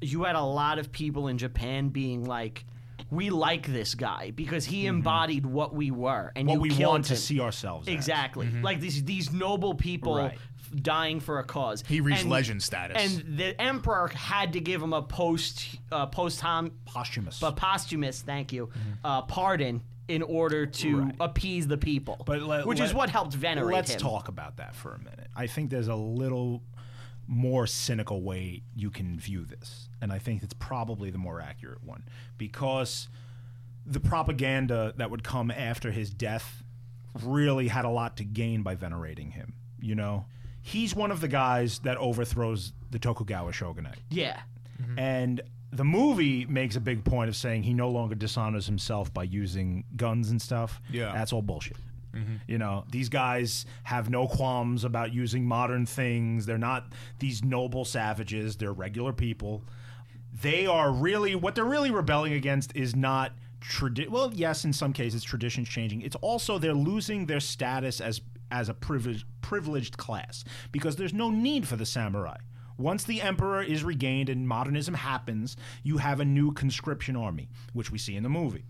S1: you had a lot of people in japan being like we like this guy because he
S2: Mm-hmm.
S1: embodied what we were and
S3: What
S1: you
S3: we
S1: killed
S3: want to
S1: him.
S3: see ourselves. as.
S1: exactly
S2: Mm-hmm.
S1: like these these noble people
S3: Right.
S1: f- dying for a cause
S2: he reached
S1: And-
S2: legend status.
S1: and the emperor had to give him a post uh, post hom
S3: Posthumous.
S1: a posthumous thank you
S3: Mm-hmm.
S1: uh, pardon in order to appease the people
S3: But let-
S1: which is
S3: let-
S1: what helped venerate
S3: Let's
S1: him
S3: talk about that for a minute. I think there's a little more cynical way you can view this, and I think it's probably the more accurate one because the propaganda that would come after his death really had a lot to gain by venerating him. You know, he's one of the guys that overthrows the Tokugawa shogunate.
S1: yeah
S3: And the movie makes a big point of saying he no longer dishonors himself by using guns and stuff.
S2: Yeah.
S3: That's all bullshit. You know, these guys have no qualms about using modern things. They're not these noble savages, they're regular people. They are really, what they're really rebelling against is not. Tradi- well, yes, in some cases, traditions changing. It's also they're losing their status as as a privileged privileged class because there's no need for the samurai. Once the emperor is regained and modernism happens, you have a new conscription army, which we see in the movie.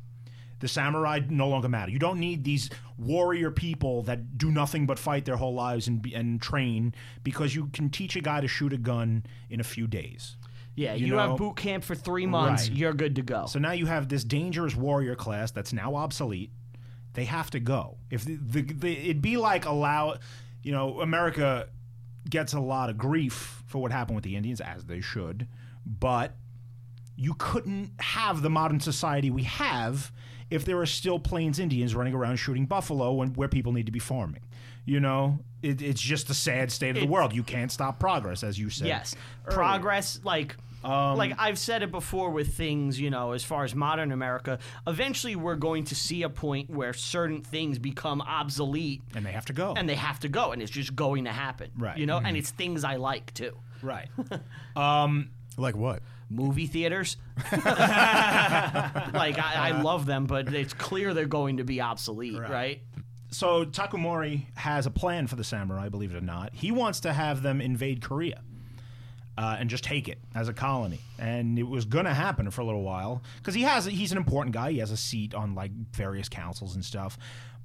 S3: The samurai no longer matter. You don't need these warrior people that do nothing but fight their whole lives and be, and train because you can teach a guy to shoot a gun in a few days.
S1: Yeah, you,
S3: You know-
S1: have boot camp for three months.
S3: Right.
S1: You're good to go.
S3: So now you have this dangerous warrior class that's now obsolete. They have to go. If the, the, the it'd be like allow, you know, America gets a lot of grief for what happened with the Indians as they should, but you couldn't have the modern society we have if there are still Plains Indians running around shooting buffalo when, where people need to be farming. You know, it, it's just the sad state of the world. You can't stop progress, as you said.
S1: Yes,
S3: earlier.
S1: progress. Like,
S3: Um,
S1: like I've said it before with things. You know, as far as modern America, eventually we're going to see a point where certain things become obsolete
S3: And they have to go.
S1: and they have to go, and it's just going to happen.
S3: Right. Mm-hmm.
S1: You know, and it's things I like too.
S3: right. Um,
S2: Like what?
S1: Movie theaters, like I, I love them, but it's clear they're going to be obsolete, right?
S3: So Takumori has a plan for the samurai, believe it or not. He wants to have them invade Korea uh, and just take it as a colony, and it was going to happen for a little while because he has he's an important guy. He has a seat on like various councils and stuff,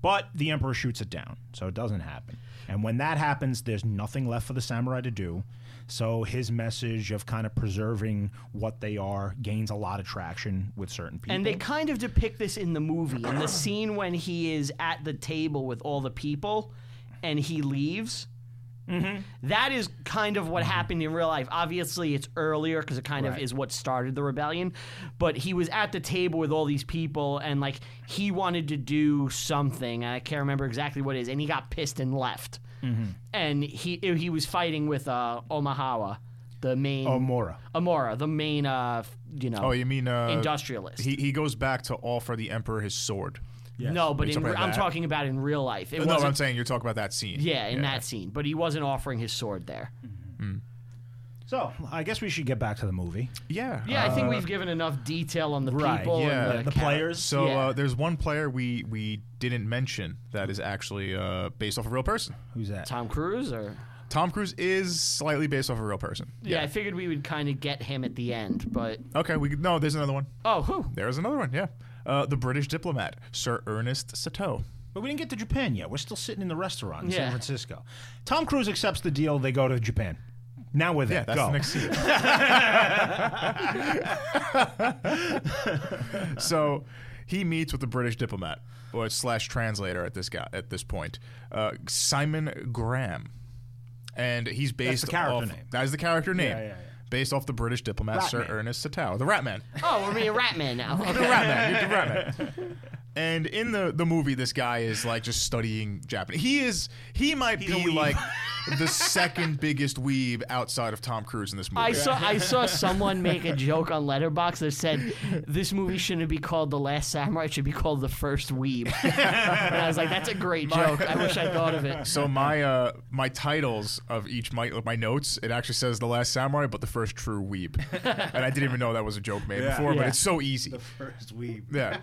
S3: but the emperor shoots it down, so it doesn't happen. And when that happens, there's nothing left for the samurai to do. So his message of kind of preserving what they are gains a lot of traction with certain people.
S1: And they kind of depict this in the movie. In the scene when he is at the table with all the people and he leaves, that is kind of what happened in real life. Obviously, it's earlier because it kind of
S3: Right.
S1: is what started the rebellion. But he was at the table with all these people and, like, he wanted to do something. And I can't remember exactly what it is. And he got pissed and left. And he, eh, he was fighting with uh, Omahawa, the main.
S3: Omura.
S1: Amora, the main, uh, you know,
S2: Oh, you mean uh,
S1: industrialist.
S2: He he goes back to offer the emperor his sword.
S1: No, but
S2: Are you
S1: in,
S2: talking about
S1: I'm
S2: that?
S1: talking about in real life. It
S2: No,
S1: wasn't.
S2: I'm saying you're talking about that scene.
S1: yeah, in that scene, but he wasn't offering his sword there.
S3: So I guess we should get back to the movie.
S2: Yeah.
S1: Yeah, I
S2: uh,
S1: think we've given enough detail on the
S3: Right,
S1: people,
S2: yeah.
S1: and the,
S3: The
S1: characters.
S3: players.
S2: So
S1: Yeah.
S2: uh, there's one player we we didn't mention that is actually uh, based off a real person.
S3: Who's that?
S1: Tom Cruise, or
S2: Tom Cruise is slightly based off a real person.
S1: yeah. I figured we would kind of get him at the end, but
S2: Okay. We could- no. There's another one.
S1: oh, who?
S2: There's another one. Yeah. Uh, the British diplomat Sir Ernest Satow.
S3: But we didn't get to Japan yet. We're still sitting in the restaurant in
S1: Yeah.
S3: San Francisco. Tom Cruise accepts the deal. They go to Japan. Now we're there.
S2: Yeah, that's
S3: go.
S2: the next scene. so he meets with the British diplomat or slash translator at this guy at this point, uh, Simon Graham, and he's based
S3: the character
S2: off
S3: name.
S2: that is the character name.
S3: yeah, yeah.
S2: Based off the British diplomat Sir
S3: Ratman.
S2: Ernest Satow, the Ratman.
S1: Oh, we're being Ratman now.
S2: The Ratman, you're the Ratman. And in the, the movie, this guy is like just studying Japanese. He is he might
S3: a
S2: be
S3: weeb.
S2: like the second biggest weeb outside of Tom Cruise in this movie.
S1: I saw I saw someone make a joke on Letterbox that said this movie shouldn't be called The Last Samurai; it should be called The First Weeb. and I was like, that's a great joke. I wish I thought of it.
S2: So my uh, my titles of each my my notes it actually says the last samurai but the first true weeb, and I didn't even know that was a joke made
S3: Yeah.
S2: before, but
S1: Yeah.
S2: it's so easy.
S3: first week.
S2: Yeah,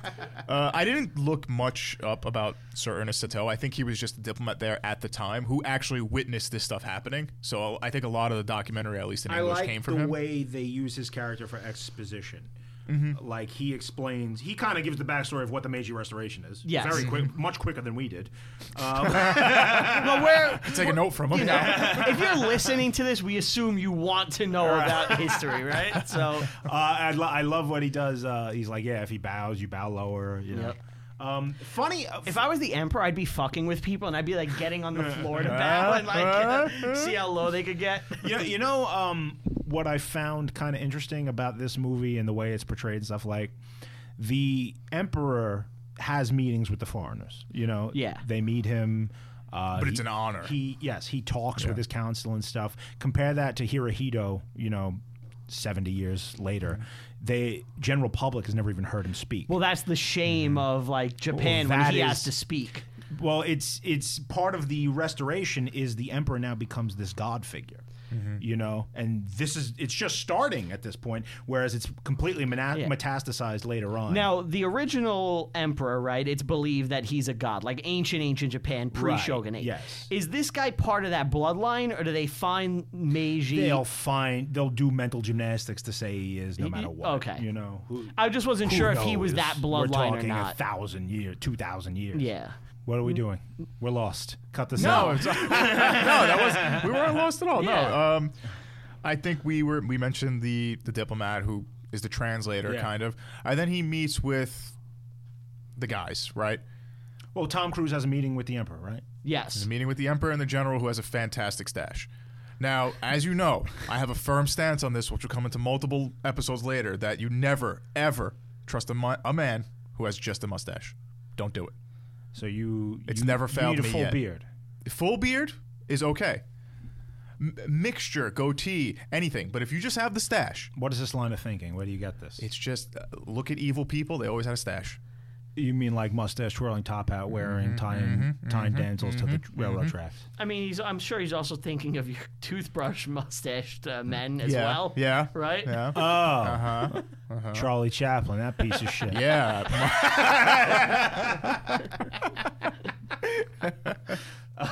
S2: uh, I didn't look much up about Sir Ernest Satow. I think he was just a diplomat there at the time who actually witnessed this stuff happening. So I think a lot of the documentary, at least in
S4: I
S2: English,
S4: like
S2: came from
S4: the
S2: him.
S4: way they use his character for exposition.
S2: Mm-hmm.
S3: Like he explains, he kind of gives the backstory of what the Meiji Restoration is.
S1: Yes.
S3: Very
S2: Mm-hmm.
S3: quick, much quicker than we did. Uh,
S1: Well, where
S2: Take a note from him.
S1: if you're listening to this, we assume you want to know about history, right? So
S3: Uh, I, lo- I love what he does. Uh, he's like, yeah, if he bows, you bow lower. You know. Um, funny. uh,
S1: if I was the emperor, I'd be fucking with people and I'd be like getting on the floor
S3: Uh-huh.
S1: to bow and like uh, see how low they could get.
S3: you know, you know um, what I found kind of interesting about this movie and the way it's portrayed and stuff like the emperor has meetings with the foreigners. You know,
S1: Yeah.
S3: they meet him. Uh,
S2: But it's an honor.
S3: He yes, he talks with his council and stuff. Compare that to Hirohito. You know, seventy years later,
S2: Mm-hmm.
S3: they general public has never even heard him speak.
S1: Well, that's the shame of like Japan
S3: Well,
S1: when
S3: that
S1: he
S3: is-
S1: has to speak.
S3: Well, it's it's part of the restoration is the emperor now becomes this god figure.
S1: Mm-hmm.
S3: you know. And this is it's just starting at this point, whereas it's completely mena-
S1: Yeah.
S3: metastasized later on.
S1: Now, the original emperor, right? It's believed that he's a god, like ancient, ancient Japan, pre shogunate.
S3: Right, yes.
S1: Is this guy part of that bloodline, or do they find Meiji?
S3: they'll find they'll do mental gymnastics to say he is no matter what.
S1: okay.
S3: you know. Who,
S1: I just wasn't
S3: who
S1: sure if he was
S3: knows?
S1: that bloodline
S3: We're
S1: or
S3: talking a
S1: not.
S3: thousand year, two thousand years.
S1: yeah. Mm.
S3: What are we doing? We're lost. Cut this
S2: No,
S3: out.
S2: it's, no, that was we weren't lost at all.
S1: Yeah.
S2: No, um, I think we were. We mentioned the the diplomat who is the translator,
S4: Yeah.
S2: kind of, and then he meets with the guys, right?
S3: Well, Tom Cruise has a meeting with the emperor, right?
S1: Yes.
S2: Meeting with the emperor and the general, who has a fantastic stash. Now, as you know, I have a firm stance on this, which will come into multiple episodes later. That you never, ever trust a, mu- a man who has just a mustache. Don't do it.
S3: So you
S2: It's
S3: you-
S2: never
S3: you
S2: failed
S3: need a
S2: me
S3: full
S2: yet.
S3: beard.
S2: full beard is okay. M- mixture, goatee, anything. But if you just have the stash,
S3: What is this line of thinking? Where do you get this?
S2: it's just uh, look at evil people. They always had a stash.
S3: you mean like mustache twirling, top hat wearing, tying tying damsels to the tr- railroad tracks?
S1: I mean, he's. I'm sure he's also thinking of your toothbrush mustached uh, men as
S2: yeah.
S1: well.
S2: Yeah.
S1: Right?
S2: Yeah.
S3: Oh, uh-huh. Charlie Chaplin, that piece of shit.
S2: yeah.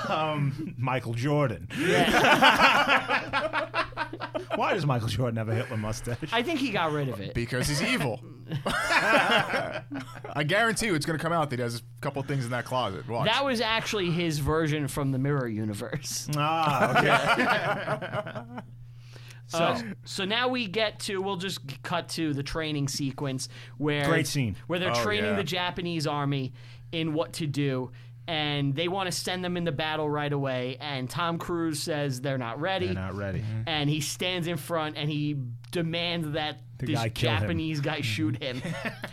S3: Um, Michael Jordan.
S1: Yeah.
S3: Why does Michael Jordan have a Hitler mustache?
S1: I think he got rid of it.
S2: Because he's evil. I guarantee you it's going to come out that he has a couple of things in that closet. Watch.
S1: That was actually his version from the Mirror Universe.
S3: Ah, okay.
S1: So, so now we get to we'll just g- cut to the training sequence where
S3: Great scene.
S1: where they're
S2: Oh,
S1: training
S2: yeah.
S1: the Japanese army in what to do and they want to send them into battle right away and Tom Cruise says they're not ready
S3: They're not ready.
S1: and he stands in front and he demands that this
S3: guy kill him. Mm-hmm.
S1: Japanese guy shoot him.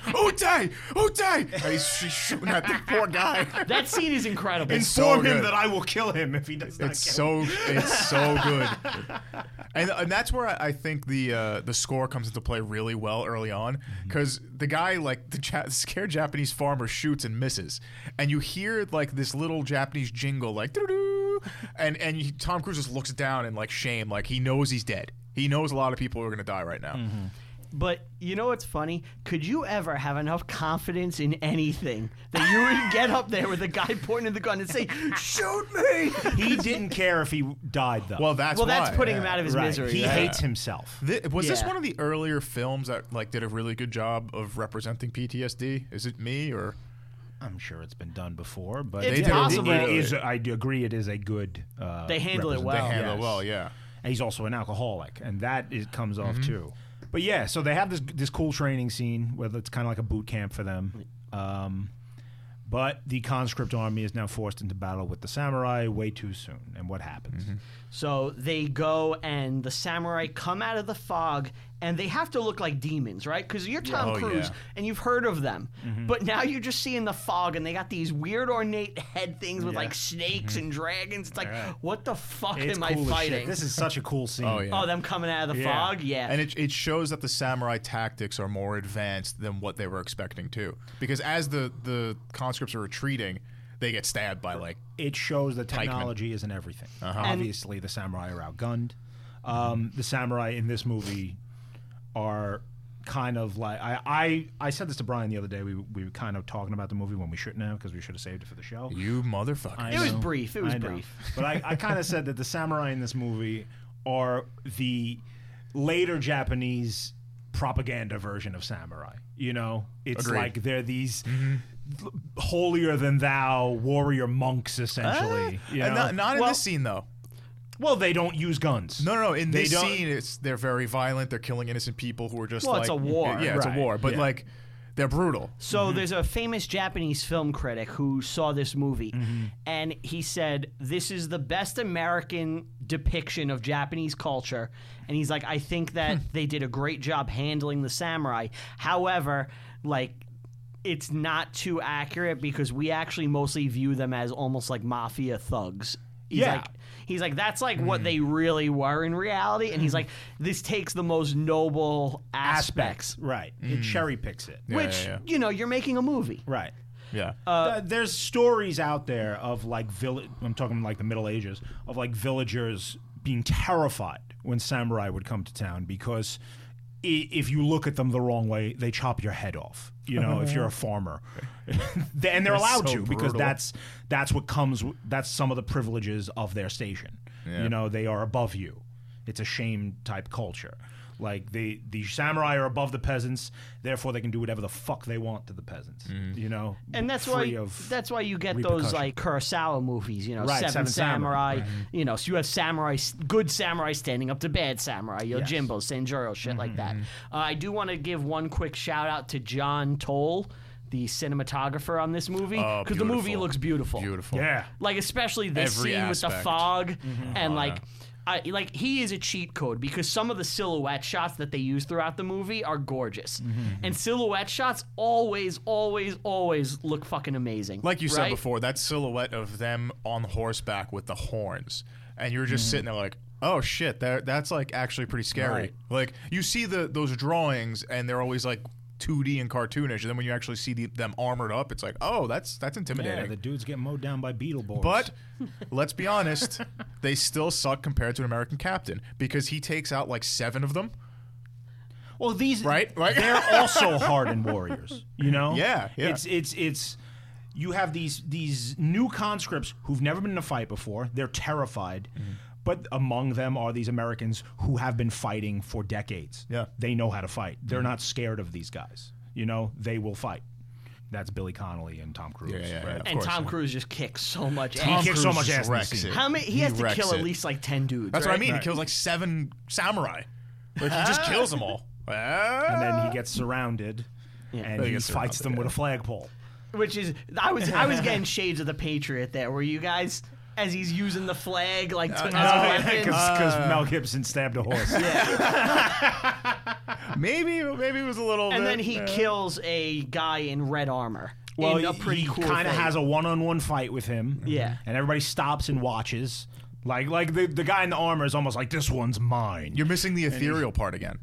S2: Utai! Utai! And he's, she's shooting at the poor guy.
S1: that scene is incredible.
S2: It's so
S3: Inform him
S2: good.
S3: that I will kill him if he does not
S2: It's
S3: kill
S2: so it's so good, and and that's where I, I think the uh, the score comes into play really well early on
S1: Mm-hmm.
S2: because the guy like the ja- scared Japanese farmer shoots and misses, and you hear like this little Japanese jingle like doo and and he, Tom Cruise just looks down in like shame like he knows he's dead. He knows a lot of people are gonna die right now.
S1: Mm-hmm. But you know what's funny? Could you ever have enough confidence in anything that you would get up there with a guy pointing the gun and say, "Shoot me"?
S3: He didn't care if he died, though.
S2: Well, that's
S1: well,
S2: why,
S1: that's putting
S2: yeah.
S1: him out of his
S3: right.
S1: misery.
S3: He
S1: right?
S3: hates himself.
S2: Thi- was this
S1: Yeah.
S2: one of the earlier films that like did a really good job of representing PTSD? Is it me or
S3: I'm sure it's been done before, but
S1: It's They did. possible.
S3: It is. I do agree. It is a good. Uh,
S1: They handle it well.
S2: they
S1: Oh,
S2: handle
S3: yes.
S2: well? Yeah.
S3: And he's also an alcoholic, and that is, comes
S2: Mm-hmm.
S3: off too. But yeah, so they have this this cool training scene where it's kind of like a boot camp for them. Um, but the conscript army is now forced into battle with the samurai way too soon, and what happens?
S2: Mm-hmm.
S1: So they go and the samurai come out of the fog and they have to look like demons, right? Because you're Tom
S2: Oh,
S1: Cruise
S2: yeah.
S1: and you've heard of them,
S3: Mm-hmm.
S1: but now you're just seeing the fog and they got these weird ornate head things with like snakes and dragons. It's like, what the fuck
S3: Mm-hmm. It's
S1: am
S3: cool
S1: I
S3: as
S1: fighting?
S3: shit. This is such a cool scene.
S2: Oh yeah.
S1: Oh, them coming out of the
S3: Yeah.
S1: fog? Yeah.
S2: And it, it shows that the samurai tactics are more advanced than what they were expecting too. Because as the, the conscripts are retreating, they get stabbed by like
S3: it shows that technology isn't everything.
S2: Uh-huh.
S3: Obviously, the samurai are outgunned. Um, the samurai in this movie are kind of like I, I I said this to Brian the other day. We we were kind of talking about the movie when we shouldn't have because we should have saved it for the show.
S2: you motherfucker.
S3: I
S1: It was
S3: know.
S1: brief. It was
S3: I know.
S1: brief.
S3: But I, I kind of said that the samurai in this movie are the later Japanese propaganda version of samurai. You know, it's
S2: Agreed. Mm-hmm.
S3: like they're these holier than thou warrior monks, essentially. you
S2: Uh, And
S3: know?
S2: not, not in
S1: Well-
S2: this scene though.
S3: well, they don't use guns.
S2: No, no, no. In
S3: They
S2: this
S3: don't-
S2: scene, it's they're very violent. They're killing innocent people who are just
S1: Well,
S2: like
S1: it's a war.
S2: Yeah, it's
S3: Right.
S2: a war. But
S3: Yeah.
S2: like, they're brutal.
S1: So there's a famous Japanese film critic who saw this movie,
S2: Mm-hmm.
S1: and he said this is the best American depiction of Japanese culture. And he's like, I think that
S2: Hmm.
S1: they did a great job handling the samurai. However, like. It's not too accurate because we actually mostly view them as almost like mafia thugs. He's
S3: Yeah.
S1: like, he's like that's like what
S2: Hmm.
S1: they really were in reality, and he's like, this takes the most noble aspects,
S3: Right. It cherry picks it.
S2: Mm. Yeah,
S1: which
S2: yeah,
S1: you know you're making a movie.
S3: Right. Uh,
S2: yeah.
S3: Th- there's stories out there of like village. I'm talking like the Middle Ages of like villagers being terrified when samurai would come to town because i- if you look at them the wrong way, they chop your head off. You know, if you're a farmer, They- and they're allowed
S2: so
S3: to because
S2: brutal.
S3: that's that's what comes. w- That's some of the privileges of their station.
S2: Yeah.
S3: You know, they are above you. It's a shame type culture. Like the the samurai are above the peasants, therefore they can do whatever the fuck they want to the peasants.
S2: Mm-hmm.
S3: You know,
S1: and that's
S3: free
S1: why
S3: of
S1: that's why you get those
S3: repercussion.
S1: like Kurosawa movies, you know,
S3: Right,
S1: Seven,
S3: Seven
S1: Samurai.
S3: Samurai,
S1: You know, so you have samurai, good samurai standing up to bad samurai, Yojimbo, Sanjuro, shit like that.
S3: Mm-hmm.
S1: Uh, I do want to give one quick shout out to John Toll, the cinematographer on this movie,
S2: Oh,
S1: because the movie
S2: beautiful.
S1: looks beautiful.
S2: Beautiful.
S3: Uh, yeah.
S1: Like especially this
S2: Every
S1: scene with the
S2: aspect. Mm-hmm. Oh,
S1: fog and like I, like he is a cheat code because some of the silhouette shots that they use throughout the movie are gorgeous.
S2: Mm-hmm.
S1: And silhouette shots always always always look fucking amazing.
S2: Like you said
S1: right?
S2: before, that silhouette of them on horseback with the horns, and you're just sitting there like, oh shit, that that's like actually pretty scary.
S3: Mm-hmm. Right.
S2: Like you see the those drawings, and they're always like 2D and cartoonish, and then when you actually see the, them armored up, it's like, oh, that's that's
S3: Yeah,
S2: intimidating.
S3: the dudes get mowed down by beetle boars.
S2: but let's be honest, they still suck compared to an American captain because he takes out like seven of them,
S3: well, these
S2: right? Right?
S3: they're also hardened warriors. You know?
S2: Yeah, yeah.
S3: It's it's it's you have these these new conscripts who've never been in a fight before. They're terrified.
S2: Mm-hmm.
S3: But among them are these Americans who have been fighting for decades.
S2: Yeah. Mm-hmm.
S3: They know how to fight. They're not scared of these guys. You know, they will fight. That's Billy Connolly and Tom Cruise.
S2: Yeah, yeah,
S3: right?
S2: yeah. Of
S1: and
S2: course,
S1: Tom
S2: yeah.
S1: Cruise just kicks so much
S3: Tom
S1: ass.
S3: kicks
S2: Cruise
S3: so much ass in
S2: wrecks
S3: this scene.
S2: it.
S1: How many he has to
S2: wrecks
S1: kill at
S2: it.
S1: least like 10 dudes.
S2: That's
S1: right?
S2: what I mean. He kills like seven samurai. Like, he just kills them all.
S3: And then he gets surrounded and
S2: They
S3: he
S2: get
S3: fights
S2: surrounded,
S3: them with
S2: yeah.
S3: a flagpole.
S1: Which is I was I was getting shades of the Patriot there where you guys as he's using the flag like to, as a weapon.
S3: Because
S2: Uh.
S3: Mel Gibson stabbed a horse.
S2: Ah, Maybe maybe it was a little
S1: and
S2: bit,
S1: then he
S2: uh,
S1: kills a guy in red armor. in a pretty
S3: he
S1: cool
S3: kind of
S1: thing.
S3: has a one-on-one fight with him.
S1: Yeah.
S3: and everybody stops and watches. Like, like the, the guy in the armor is almost like this one's mine.
S2: You're missing the ethereal part again.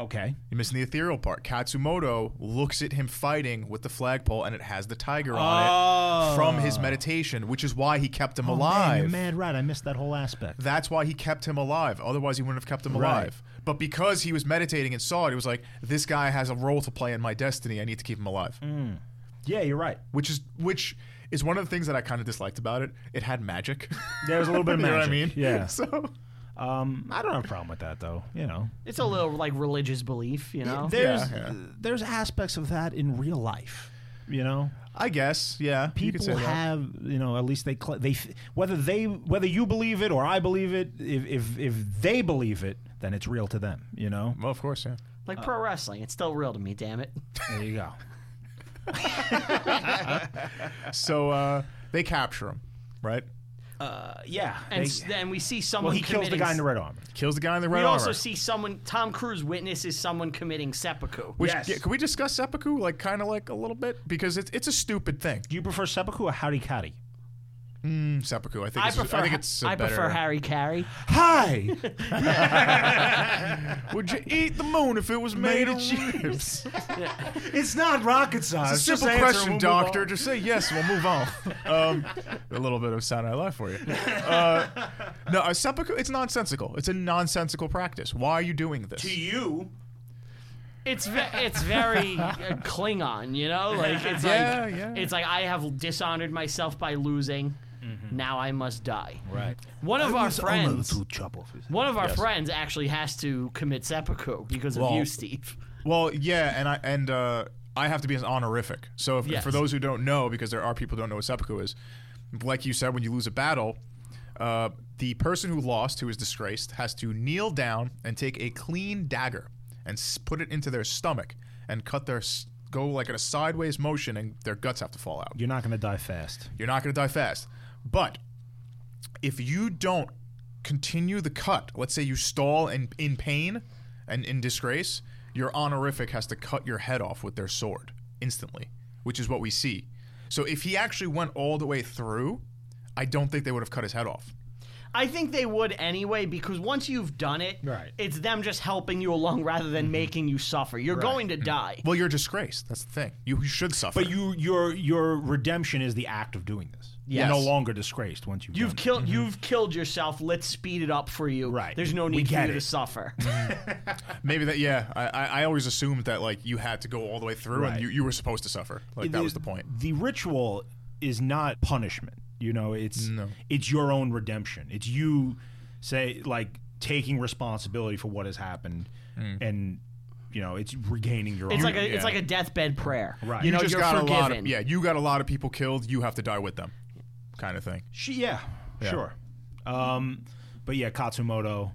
S3: okay.
S2: You're missing the ethereal part. Katsumoto looks at him fighting with the flagpole, and it has the tiger on it from his meditation, which is why he kept him alive.
S3: Oh. Man, mad right. I missed that whole aspect.
S2: That's why he kept him alive. Otherwise, he wouldn't have kept him
S3: Right.
S2: alive. But because he was meditating and saw it, he was like, "This guy has a role to play in my destiny. I need to keep him alive."
S3: Yeah, you're right.
S2: Which is which is one of the things that I kind of disliked about it. It had magic.
S3: There was a little bit of
S2: you know
S3: magic.
S2: what I mean?
S3: Yeah.
S2: So
S3: Um, I don't have a problem with that though. You know,
S1: It's a little like religious belief, you know.
S3: there's
S2: yeah.
S3: there's aspects of that in real life. You know,
S2: I guess, yeah. you could say
S3: people
S2: that.
S3: have you know at least they cl- they f- whether they whether you believe it or I believe it if if if they believe it then it's real to them. You know.
S2: Well, of course, yeah.
S1: Like pro wrestling, it's still real to me, damn it.
S3: There you go.
S2: So uh, they capture him, right?
S3: yeah.
S1: And s- then we see someone
S3: well, he kills the
S1: committing
S3: guy in
S1: s-
S3: the red armor.
S2: Kills the guy in the
S1: We
S2: red
S1: also
S2: armor.
S1: see someone Tom Cruise witnesses someone committing seppuku.
S2: Which
S3: Yes.
S2: yeah, can we discuss seppuku like kind of like a little bit because it's it's a stupid thing.
S3: Do you prefer seppuku or howdy-catty?
S2: Mm, seppuku, I think.
S1: I
S2: it's,
S1: prefer
S2: I think it's a
S1: I
S2: better.
S1: prefer Harry Carey.
S3: Hi!
S2: Would you eat the moon if it was made,
S3: Made of
S2: of chips?
S3: it's not rocket science.
S2: It's a simple question, doctor. Just say yes. We'll move on. um, a little bit of Saturday Night Live for you. Uh, no, a seppuku. It's nonsensical. It's a nonsensical practice. Why are you doing this?
S4: To you,
S1: It's ve- it's very uh, Klingon, you know? Like it's
S2: Yeah,
S1: like
S2: yeah.
S1: it's like I have dishonored myself by losing. Now I must die.
S3: Right.
S1: One of our friends
S3: chop off his
S1: one of our friends actually has to commit seppuku because
S2: Well,
S1: of you, Steve.
S2: Well, yeah, and I and uh, I have to be an honorific. So if,
S1: Yes.
S2: for those who don't know, because there are people who don't know what seppuku is, like you said, when you lose a battle, uh, the person who lost, who is disgraced, has to kneel down and take a clean dagger and s- put it into their stomach and cut their s- go like in a sideways motion, and their guts have to fall out.
S3: You're not going to die fast.
S2: You're not going to die fast, but if you don't continue the cut, let's say you stall and in pain and in disgrace, your honorific has to cut your head off with their sword instantly, which is what we see. So if he actually went all the way through, I don't think they would have cut his head off.
S1: I think they would anyway because once you've done it,
S4: Right.
S1: it's them just helping you along rather than making you suffer. You're going to die.
S2: Well, you're disgraced. That's the thing. You should suffer.
S3: But you, your, your redemption is the act of doing this.
S1: Yes.
S3: You're no longer disgraced once you've,
S1: You've
S3: done
S1: killed. You've killed yourself. Let's speed it up for you.
S3: Right.
S1: There's no
S3: We
S1: need for
S3: get
S1: you to
S3: it.
S1: suffer.
S2: Maybe that. Yeah, I, I I always assumed that like you had to go all the way through, and
S3: Right.
S2: you, you were supposed to suffer. Like that was the point.
S3: The ritual is not punishment. You know, it's it's your own redemption. It's you say like taking responsibility for what has happened, and you know, it's regaining your
S1: It's
S3: own.
S1: like a
S2: yeah.
S1: it's like a deathbed prayer.
S3: Right.
S1: You know,
S2: you just
S1: are
S2: got
S1: forgiven.
S2: a lot of yeah. You got a lot of people killed. You have to die with them, kind of thing.
S3: She, yeah, sure. Um, but yeah, Katsumoto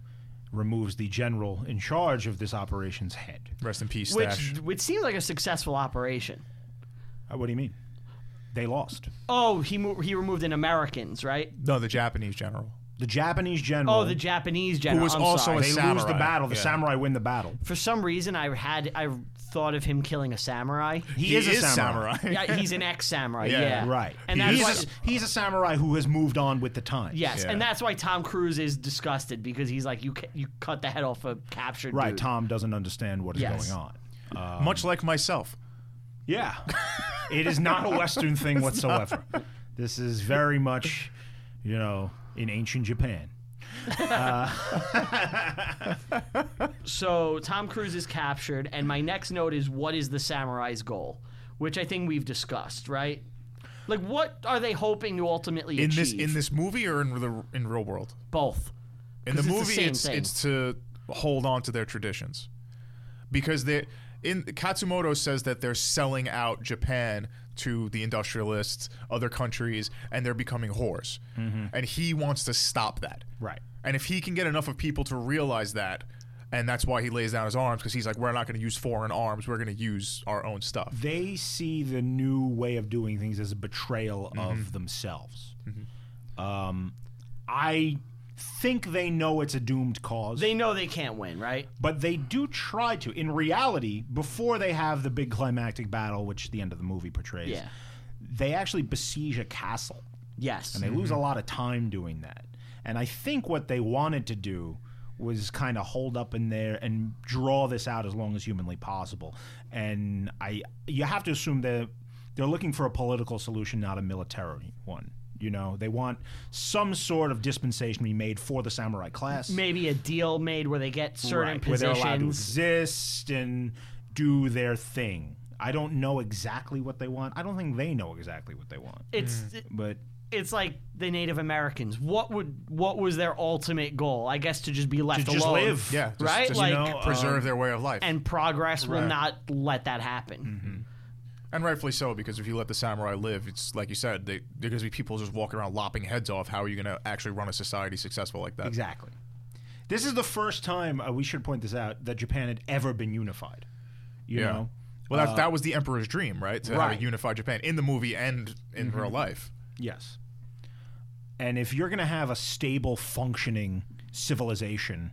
S3: removes the general in charge of this operation's head.
S2: Rest in peace, Stash.
S1: Which which seems like a successful operation.
S3: Uh, what do you mean? They lost.
S1: Oh, he mo- he removed an Americans, right?
S2: No, the Japanese general
S3: The Japanese general.
S1: Oh, the Japanese general.
S2: was
S1: I'm
S2: also
S1: sorry.
S2: a
S3: they lose the
S2: samurai.
S3: battle. The
S2: Yeah.
S3: samurai win the battle.
S1: For some reason, I had I thought of him killing a samurai.
S3: He, is, a samurai.
S1: yeah, he's an ex samurai. Yeah.
S2: Yeah.
S3: Right.
S1: And
S2: He
S1: that's
S2: is
S1: why,
S3: he's, a, he's a samurai who has moved on with the times.
S1: yes,
S2: Yeah.
S1: and that's why Tom Cruise is disgusted because he's like, you ca- you cut the head off a captured
S3: Right.
S1: dude.
S3: Tom doesn't understand what is
S1: Yes.
S3: going on.
S2: Much like myself.
S3: Yeah. it is not a Western thing whatsoever. This is very much, you know, in ancient Japan.
S1: So Tom Cruise is captured, and my next note is what is the samurai's goal, which I think we've discussed, right? Like, what are they hoping to ultimately
S2: In
S1: achieve?
S2: this in this movie or in the in real world.
S1: both.
S2: In the
S1: 'Cause it's the
S2: movie,
S1: same
S2: it's
S1: thing.
S2: it's to hold on to their traditions because they in Katsumoto says that they're selling out Japan to the industrialists, other countries, and they're becoming whores.
S1: Mm-hmm.
S2: And he wants to stop that.
S3: Right.
S2: And if he can get enough of people to realize that, and that's why he lays down his arms because he's like, we're not going to use foreign arms. We're going to use our own stuff.
S3: They see the new way of doing things as a betrayal
S1: Mm-hmm.
S3: of themselves. Um, I think they know it's a doomed cause.
S1: They know they can't win, right?
S3: But they do try to. In reality, before they have the big climactic battle, which the end of the movie portrays,
S1: Yeah.
S3: they actually besiege a castle.
S1: Yes.
S3: And they lose a lot of time doing that. And I think what they wanted to do was kind of hold up in there and draw this out as long as humanly possible. And I, you have to assume that they're looking for a political solution, not a military one. You know, they want some sort of dispensation to be made for the samurai class.
S1: Maybe a deal made where they get certain
S3: Right, Where they're allowed to
S1: positions.
S3: exist and do their thing. I don't know exactly what they want. I don't think they know exactly what they want.
S1: It's
S3: But
S1: it's like the Native Americans. What would what was their ultimate goal? I guess to just be left
S3: just
S1: alone.
S3: live.
S2: yeah, just,
S1: Right,
S2: just
S1: like-
S2: you know, preserve their way of life, and,
S1: And progress will not let that
S2: Mm-hmm.
S1: happen.
S2: rightfully so, because if you let the samurai live, it's like you said, they, there's going to be people just walking around lopping heads off. How are you going to actually run a society successful like that?
S3: exactly. This is the first time uh, we should point this out that Japan had ever been unified. You
S2: Yeah.
S3: know,
S2: Well, that's, that was the emperor's dream, uh, right? Mm-hmm. To have
S3: Right.
S2: a unified Japan in the movie and in real life.
S3: yes. And if you're going to have a stable, functioning civilization,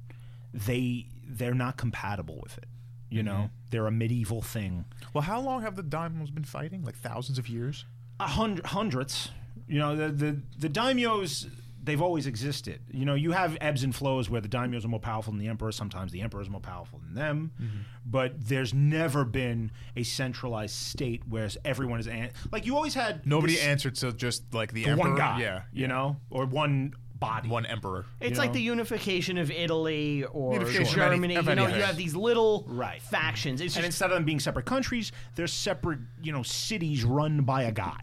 S3: they they're not compatible with it. You know, they're a medieval thing.
S2: Well, how long have the daimyos been fighting? Like thousands of years.
S3: a hundred, hundreds. You know, the, the the daimyos they've always existed. You know, you have ebbs and flows where the daimyos are more powerful than the emperor. Sometimes the emperor is more powerful than them.
S2: Mm-hmm.
S3: But there's never been a centralized state where everyone is an- like you always had
S2: Nobody
S3: this-
S2: answered to just like the,
S3: the
S2: emperor.
S3: one guy.
S2: Yeah,
S3: you know, or one body.
S2: one emperor.
S1: It's
S3: You
S1: like
S3: know?
S1: the unification of Italy or
S2: Unification of
S1: Germany.
S2: any- of
S1: you know,
S2: anything.
S1: you have these little
S3: Right.
S1: factions. It's
S3: And
S1: just,
S3: instead of them being separate countries, they're separate, you know, cities run by a guy.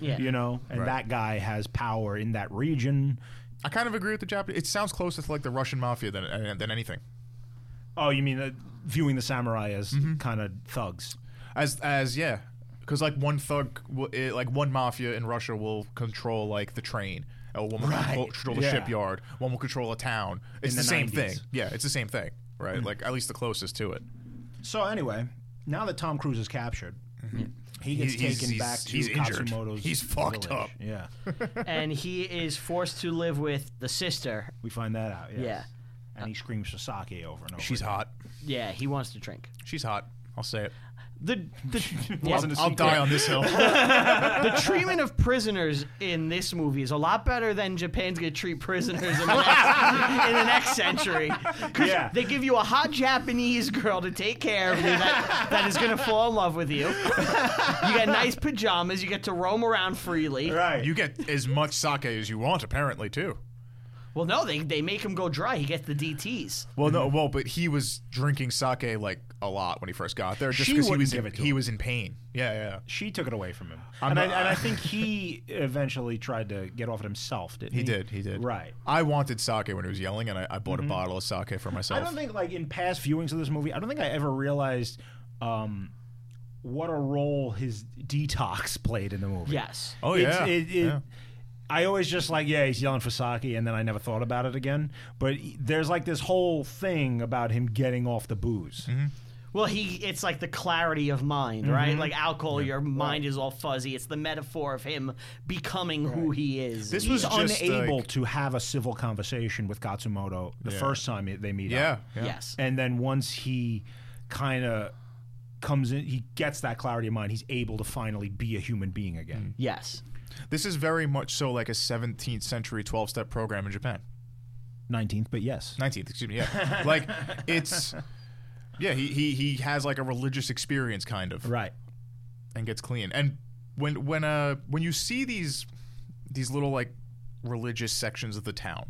S1: Yeah.
S3: You know, and
S2: Right.
S3: that guy has power in that region.
S2: I kind of agree with the Japanese. It sounds closer to like the Russian mafia than uh, than anything.
S3: Oh, you mean uh, viewing the samurai as kind of thugs?
S2: As as yeah, because like one thug, will, eh, like one mafia in Russia will control like the train. A woman will control the
S3: yeah.
S2: shipyard. One will control a town. It's
S3: the
S2: the, Hmm. same
S3: 90s.
S2: thing. Yeah, it's the same thing. Right, like at least the closest to it.
S3: So anyway, now that Tom Cruise is captured, he gets
S2: Mm-hmm. He- he's-
S3: taken
S2: he's-
S3: back to
S2: he's injured.
S3: Katsumoto's.
S2: He's fucked
S3: village.
S2: up.
S3: Yeah,
S1: and he is forced to live with the sister.
S3: we find that out. Yes.
S1: Yeah.
S3: and he screams for sake over and over.
S2: She's hot.
S1: Yeah, he wants to drink.
S2: She's hot. I'll say it.
S1: The the yeah,
S2: Wasn't a I'll die on this hill.
S1: the treatment of prisoners in this movie is a lot better than Japan's gonna treat prisoners in the next, in the next century. 'Cause
S3: Yeah.
S1: They give you a hot Japanese girl to take care of you that, that is gonna fall in love with you. You got nice pajamas. You get to roam around freely.
S3: Right.
S2: you get as much sake as you want, apparently too.
S1: Well, no, they they make him go dry. He gets the DTS.
S2: Well, no, well, but he was drinking sake like a lot when he first got there, just
S3: She
S2: because he
S3: wouldn't
S2: was
S3: give
S2: in,
S3: it to
S2: he
S3: him.
S2: was in pain. Yeah, yeah.
S3: she took it away from him, and, I, and I think he eventually tried to get off it himself. Didn't he?
S2: He did, he did.
S3: Right. Mm-hmm.
S2: I wanted sake when he was yelling, and I, I bought a bottle of sake for myself.
S3: I don't think like in past viewings of this movie, I don't think I ever realized um, what a role his detox played in the movie.
S1: Yes.
S2: oh
S3: It's-
S2: yeah.
S3: it- it-
S2: yeah.
S3: I always just like, yeah, he's yelling for sake, and then I never thought about it again. But he- there's like this whole thing about him getting off the booze.
S2: Mm-hmm.
S1: Well, he it's like the clarity of mind, right? Like alcohol, your mind is all fuzzy. It's the metaphor of him becoming who he is.
S2: This
S1: And
S2: was
S3: He's
S2: just,
S3: unable
S2: like-
S3: to have a civil conversation with Katsumoto the first time they meet
S2: yeah,
S3: up.
S2: yeah.
S1: yes.
S3: And then once he kind of comes in, he gets that clarity of mind. He's able to finally be a human being again.
S2: Mm.
S1: Yes.
S2: This is very much so like a 17th century 12 step program in Japan.
S3: 19th, but yes.
S2: 19th, excuse me. Yeah. like it's yeah, he, he he has like a religious experience kind of
S3: Right.
S2: and gets clean. And when when uh when you see these these little like religious sections of the town,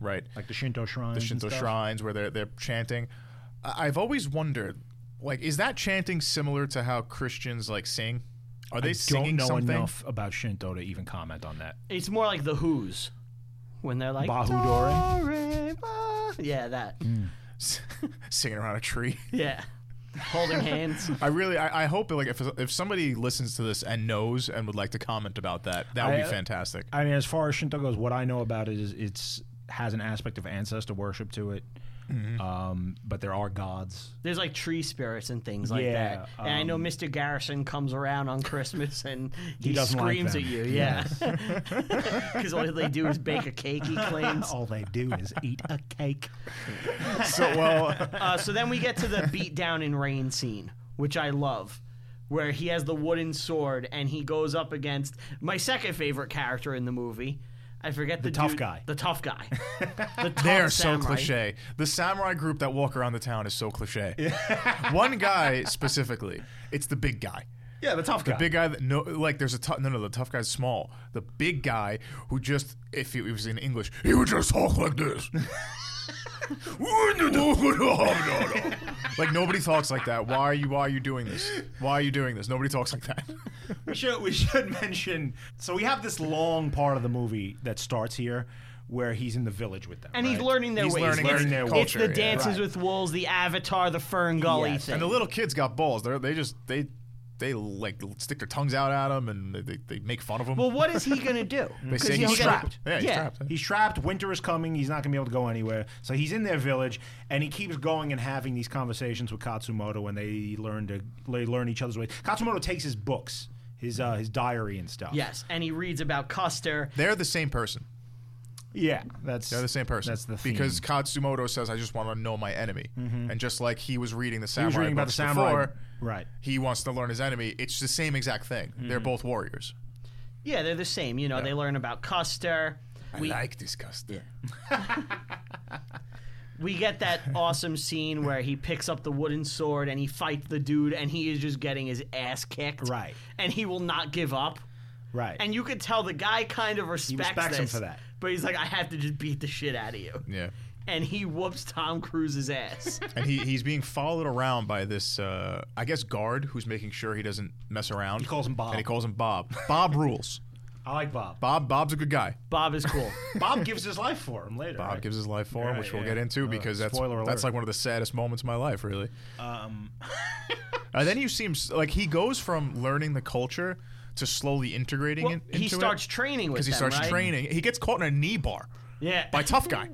S2: right?
S3: Like the Shinto shrine.
S2: The Shinto shrines where they're they're chanting. I- I've always wondered like is that chanting similar to how Christians like sing? Are they
S3: I don't
S2: singing
S3: know
S2: something?
S3: enough about Shinto to even comment on that.
S1: It's more like the Who's when they're like
S3: Bahudore.
S1: "Do, re, ba." Yeah, that.
S3: Mm.
S2: singing around a tree.
S1: Yeah. Holding hands.
S2: I really, I, I hope like if if somebody listens to this and knows and would like to comment about that, that would
S3: I,
S2: be
S3: uh,
S2: fantastic.
S3: I mean, as far as Shinto goes, what I know about it is it's has an aspect of ancestor worship to it. Um, but there are gods.
S1: There's like tree spirits and things like
S3: Yeah, um,
S1: that. And I know Mr. Garrison comes around on Christmas and he,
S3: doesn't like
S1: screams
S3: them.
S1: at you. Yeah. Because all they do is bake a cake, he claims.
S3: All they do is eat a cake.
S2: So well,
S1: Uh, so then we get to the beat down in rain scene, which I love, where he has the wooden sword and he goes up against my second favorite character in the movie. I forget the,
S3: tough
S1: dude-
S3: guy.
S1: The tough guy. The tough
S2: they are so
S1: samurai.
S2: cliche. The samurai group that walk around the town is so cliche. One guy specifically, it's the big guy.
S3: Yeah, the tough guy.
S2: Big guy that no, like there's a tough. No, no, the tough guy's small. The big guy who just, if he was in English, he would just talk like this. like nobody talks like that. Why are you? Why are you doing this? Why are you doing this? Nobody talks like that.
S3: We should we should mention. So we have this long part of the movie that starts here, where he's in the village with them,
S1: And he's
S3: right?
S1: learning their
S2: He's
S1: ways.
S2: learning
S1: it's,
S3: their
S1: it's
S2: culture,
S1: the
S2: yeah.
S1: dances
S3: Right.
S1: with wolves, the Avatar, the Fern Gully
S3: Yes.
S1: thing.
S2: And the little kids got balls. They they just they they like stick their tongues out at him and they, they, they make fun of him.
S1: well, what is he gonna do?
S2: they
S1: 'Cause
S2: say
S1: he's
S2: he's
S1: gonna-
S2: trapped. Yeah, he's
S1: yeah.
S2: trapped.
S3: He's trapped. Winter is coming. He's not going to be able to go anywhere. So he's in their village, and he keeps going and having these conversations with Katsumoto, and they learn to they learn each other's ways. Katsumoto takes his books, his uh, his diary and stuff.
S1: Yes, and he reads about Custer.
S2: They're the same person.
S3: yeah, that's
S2: They're the same person.
S3: That's the theme. Mm-hmm.
S2: because Katsumoto says, "I just want to know my enemy," and just like he was reading the samurai
S3: was reading about
S2: books
S3: the samurai.
S2: before,
S3: Right. Mm-hmm.
S2: He wants to learn his enemy. It's the same exact thing. They're both warriors.
S1: Yeah, they're the same. You know, they learn about Custer. We
S2: like this custom.
S1: we get that awesome scene where he picks up the wooden sword and he fights the dude and he is just getting his ass kicked.
S3: Right.
S1: And he will not give up.
S3: right.
S1: And you could tell the guy kind of respects,
S3: respects him
S1: this,
S3: for that.
S1: But he's like, I have to just beat the shit out of you.
S2: Yeah,
S1: And he whoops Tom Cruise's ass.
S2: and he, he's being followed around by this, uh, I guess, guard who's making sure he doesn't mess around. He
S3: calls him Bob.
S2: And he calls him Bob. Bob rules.
S3: I like Bob.
S2: Bob Bob's a good guy.
S1: Bob is cool.
S3: Bob gives his life for him later.
S2: Bob
S3: right?
S2: gives his life for him,
S3: Yeah,
S2: which we'll
S3: yeah.
S2: get into because that's
S3: spoiler alert.
S2: that's like one of the saddest moments of my life, really. Um, and then you see him s- like he goes from learning the culture to slowly integrating
S1: Well,
S2: it.
S1: he
S2: into it,
S1: starts training with
S2: he
S1: them,
S2: starts
S1: right?
S2: training. He gets caught in a knee bar
S1: Yeah.
S2: by tough guy.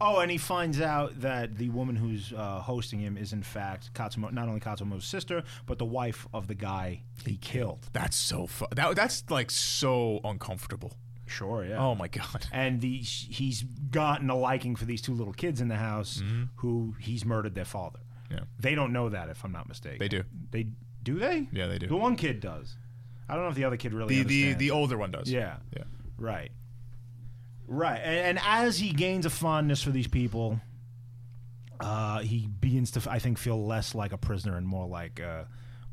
S3: Oh, and he finds out that the woman who's uh, hosting him is in fact Katsumo, not only Katsumo's sister, but the wife of the guy he killed.
S2: that's so fu- that that's like so uncomfortable.
S3: Sure, yeah.
S2: Oh my god.
S3: And the, he's gotten a liking for these two little
S2: Mm-hmm.
S3: kids in the house who he's murdered their father.
S2: Yeah.
S3: They don't know that, if I'm not mistaken.
S2: They do.
S3: They do they?
S2: Yeah, they do.
S3: The one kid does. I don't know if the other kid
S2: The the
S3: really understands.
S2: the older one does.
S3: yeah.
S2: Yeah.
S3: Right. Right. And, and as he gains a fondness for these people, uh, he begins to, I think, feel less like a prisoner and more like uh,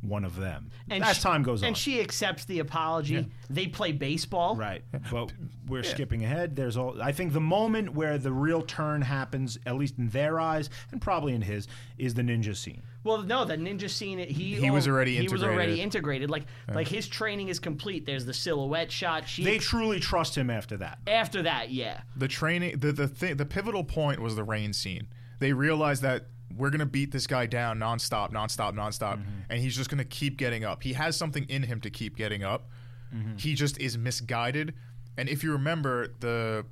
S3: one of them. as
S1: sh-
S3: time goes on.
S1: and she accepts the apology. They play baseball.
S3: Right, but we're skipping ahead. There's all. I think the moment where the real turn happens, at least in their eyes and probably in his, is the ninja scene.
S1: Well, no, the ninja scene. He
S2: He was
S1: al-
S2: already
S1: he was already
S2: integrated.
S1: integrated. Like like his training is complete. There's the silhouette shot. She
S3: They truly trust him after that.
S1: after that, yeah.
S2: The training the the thing the pivotal point was the rain scene. They realized that we're gonna beat this guy down nonstop, nonstop, nonstop,
S3: Mm-hmm.
S2: and he's just gonna keep getting up. He has something in him to keep getting up.
S3: Mm-hmm.
S2: He just is misguided. And if you remember the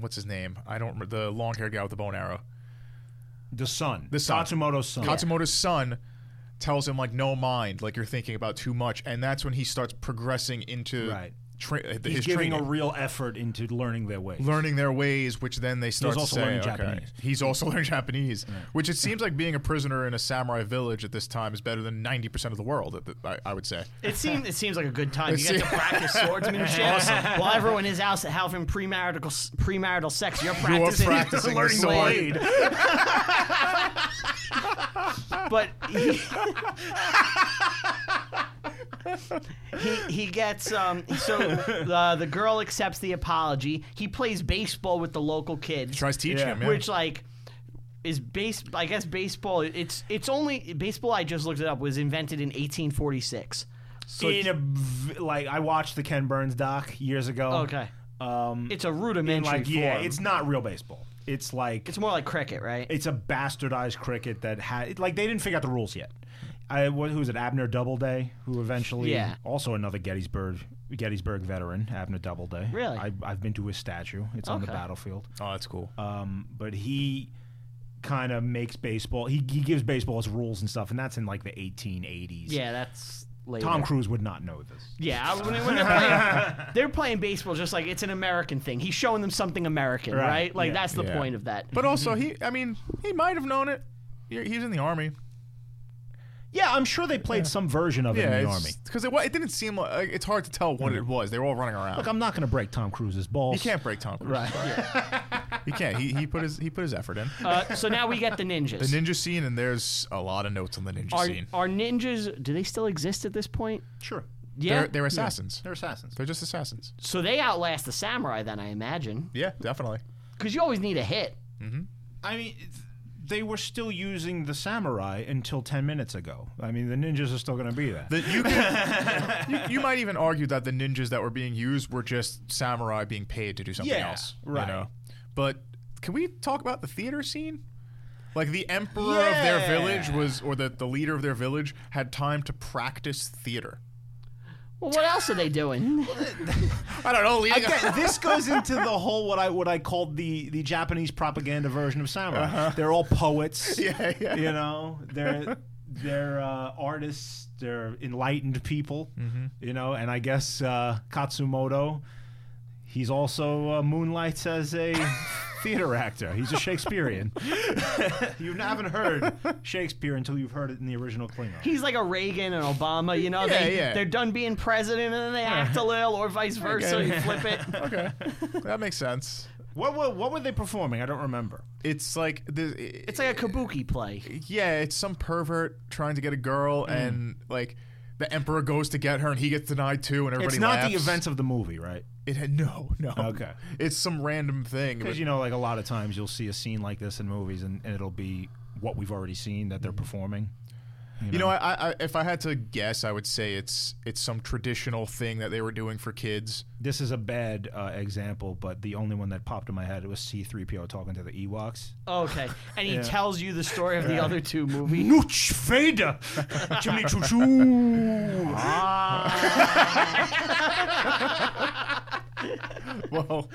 S2: what's his name? I don't remember the long haired guy with the bone arrow.
S3: The son,
S2: The son.
S3: Katsumoto's son.
S2: Katsumoto's son tells him like no mind, like you're thinking about too much, and that's when he starts progressing into
S3: Right.
S2: tra- his
S3: He's giving
S2: training.
S3: a real effort into learning their ways.
S2: learning their ways, which then they start
S3: also
S2: to say,
S3: learning
S2: okay,
S3: Japanese.
S2: he's also learning Japanese, which it seems like being a prisoner in a samurai village at this time is better than 90% of the world, at the- I, I would say.
S1: It seems it seems like a good time.
S2: It
S1: You get to
S2: seem-
S1: practice swordsmanship while everyone is out having premarital s- premarital sex. You're practicing,
S2: practicing the
S1: learning
S2: sword.
S1: blade. but he, he he gets um so uh, the the girl accepts the apology. He plays baseball with the local kids.
S2: Tries to teach
S3: Yeah.
S2: him, yeah.
S1: Which like is base I guess baseball it's it's only baseball I just looked it up was invented in 1846. So
S3: in a v- like, I watched the Ken Burns doc years ago.
S1: okay.
S3: um,
S1: It's a rudimentary
S3: like yeah,
S1: form.
S3: it's not real baseball. It's like
S1: it's more like cricket, right?
S3: it's a bastardized cricket that had like they didn't figure out the rules yet. I wha- who was it Abner Doubleday who eventually
S1: Yeah.
S3: also another Gettysburg Gettysburg veteran Abner Doubleday.
S1: Really?
S3: I, I've been to his statue. It's on the
S1: Okay.
S3: battlefield.
S2: Oh, that's cool.
S3: Um, but he kind of makes baseball. He, he gives baseball its rules and stuff, and that's in like the 1880s.
S1: yeah, that's later.
S3: Tom Cruise would not know this.
S1: Yeah, I- when, when they're, playing, they're playing baseball just like it's an American thing. He's showing them something American, right?
S3: Right,
S1: Like
S3: yeah.
S1: that's the
S2: Yeah.
S1: point of that.
S2: but also,
S3: mm-hmm.
S2: he, I mean, he might have known it. He- He's in the army.
S3: Yeah, I'm sure they played some version of
S2: Yeah,
S3: it in the army. Mm.
S2: because it, wa- it didn't seem like like, it's hard to tell what it was. They were all running around.
S3: Look, I'm not going to break Tom Cruise's balls.
S2: he can't break Tom Cruise.
S3: Right.
S2: He can't. He, he put his he put his effort in.
S1: Uh, so now we get the ninjas.
S2: the ninja scene, and there's a lot of notes on the ninja
S1: are,
S2: scene.
S1: are ninjas? Do they still exist at this point?
S3: Sure.
S1: Yeah.
S2: They're, they're assassins.
S3: They're assassins.
S2: They're just assassins.
S1: so they outlast the samurai, then I imagine,
S2: Yeah, definitely.
S1: because you always need a hit.
S3: I mean, it's- they were still using the samurai until 10 minutes ago. I mean, the ninjas are still going to be there.
S2: That you can, you, you might even argue that the ninjas that were being used were just samurai being paid to do something
S3: Yeah,
S2: else. You
S3: right.
S2: know? But can we talk about the theater scene? Like the emperor of
S3: Yeah.
S2: their village was, or the, the leader of their village had time to practice theater.
S1: Well, what else are they doing?
S2: I don't know. Leading
S3: Again, this goes into the whole what I what I called the the Japanese propaganda version of samurai. They're all poets.
S2: Uh-huh. Yeah, yeah.
S3: You know, they're they're uh, artists. They're enlightened people.
S2: Mm-hmm.
S3: You know, and I guess uh, Katsumoto, he's also uh, moonlights as a theater actor. He's a Shakespearean. you haven't heard Shakespeare until you've heard it in the original Klingon.
S1: He's like a Reagan and Obama, you know.
S2: Yeah,
S1: they,
S2: yeah.
S1: They're done being president, and then they act a little, or vice versa.
S2: Okay.
S1: You flip it.
S2: okay, that makes sense.
S3: What, what what were they performing? I don't remember.
S2: It's like the,
S1: It's like a kabuki play.
S2: yeah, it's some pervert trying to get a girl,
S3: Mm.
S2: and like the emperor goes to get her, and he gets denied too, and everybody
S3: it's not the
S2: laughs.
S3: events of the movie, right?
S2: It had no, no.
S3: Okay.
S2: It's some random thing. but-
S3: Because you know, like a lot of times you'll see a scene like this in movies, and, and it'll be what we've already seen that they're
S2: Mm-hmm.
S3: performing.
S2: You know, I, I, if I had to guess, I would say it's it's some traditional thing that they were doing for kids.
S3: This is a bad uh, example, but the only one that popped in my head was C-3PO talking to the Ewoks.
S1: Okay, and he tells you the story of the other two movies.
S3: Nooch Vader, Jimmy Choo Choo.
S2: Ah. Well,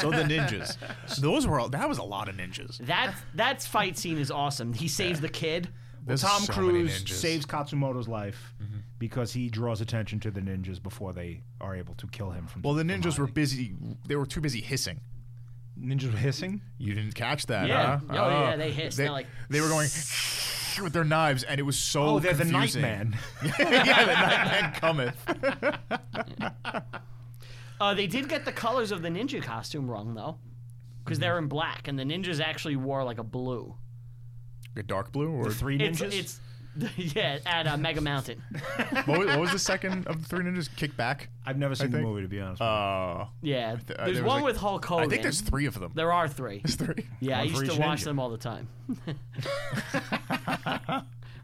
S2: so the ninjas, those were all, that was a lot of ninjas.
S1: That that fight scene is awesome. He saves the kid.
S2: There's
S3: Tom
S2: so many
S3: Cruise
S2: ninjas. Mm-hmm.
S3: saves Katsumoto's life because he draws attention to the ninjas before they are able to kill him from.
S2: Well, the
S3: from
S2: ninjas were
S3: hiding.
S2: busy. They were too busy hissing.
S3: ninjas were hissing.
S2: You didn't catch that,
S1: Yeah.
S2: huh?
S1: Oh, yeah,
S2: Ah.
S1: they hissed.
S2: They,
S1: They're like-
S2: they were going. shit with their knives, and it was so.
S3: Oh, they're
S2: confusing.
S3: the Nightman.
S2: yeah, the Nightman cometh.
S1: Uh, they did get the colors of the ninja costume wrong though, because they're in black, and the ninjas actually wore like a blue.
S2: A dark blue or
S3: Three
S1: It's
S3: ninjas.
S1: it's yeah at uh, Mega Mountain.
S2: what, was, what was the second of the three ninjas? Kick back.
S3: I've never seen the
S2: think-
S3: movie to be honest.
S2: Uh,
S1: Yeah,
S2: th- uh,
S1: there's
S2: there was,
S1: one
S2: like-
S1: with Hulk Hogan.
S2: I think there's three of them.
S1: There are three.
S2: There's three.
S1: Yeah, I
S3: One for
S1: used to
S3: each
S1: watch
S3: ninja.
S1: them all the time.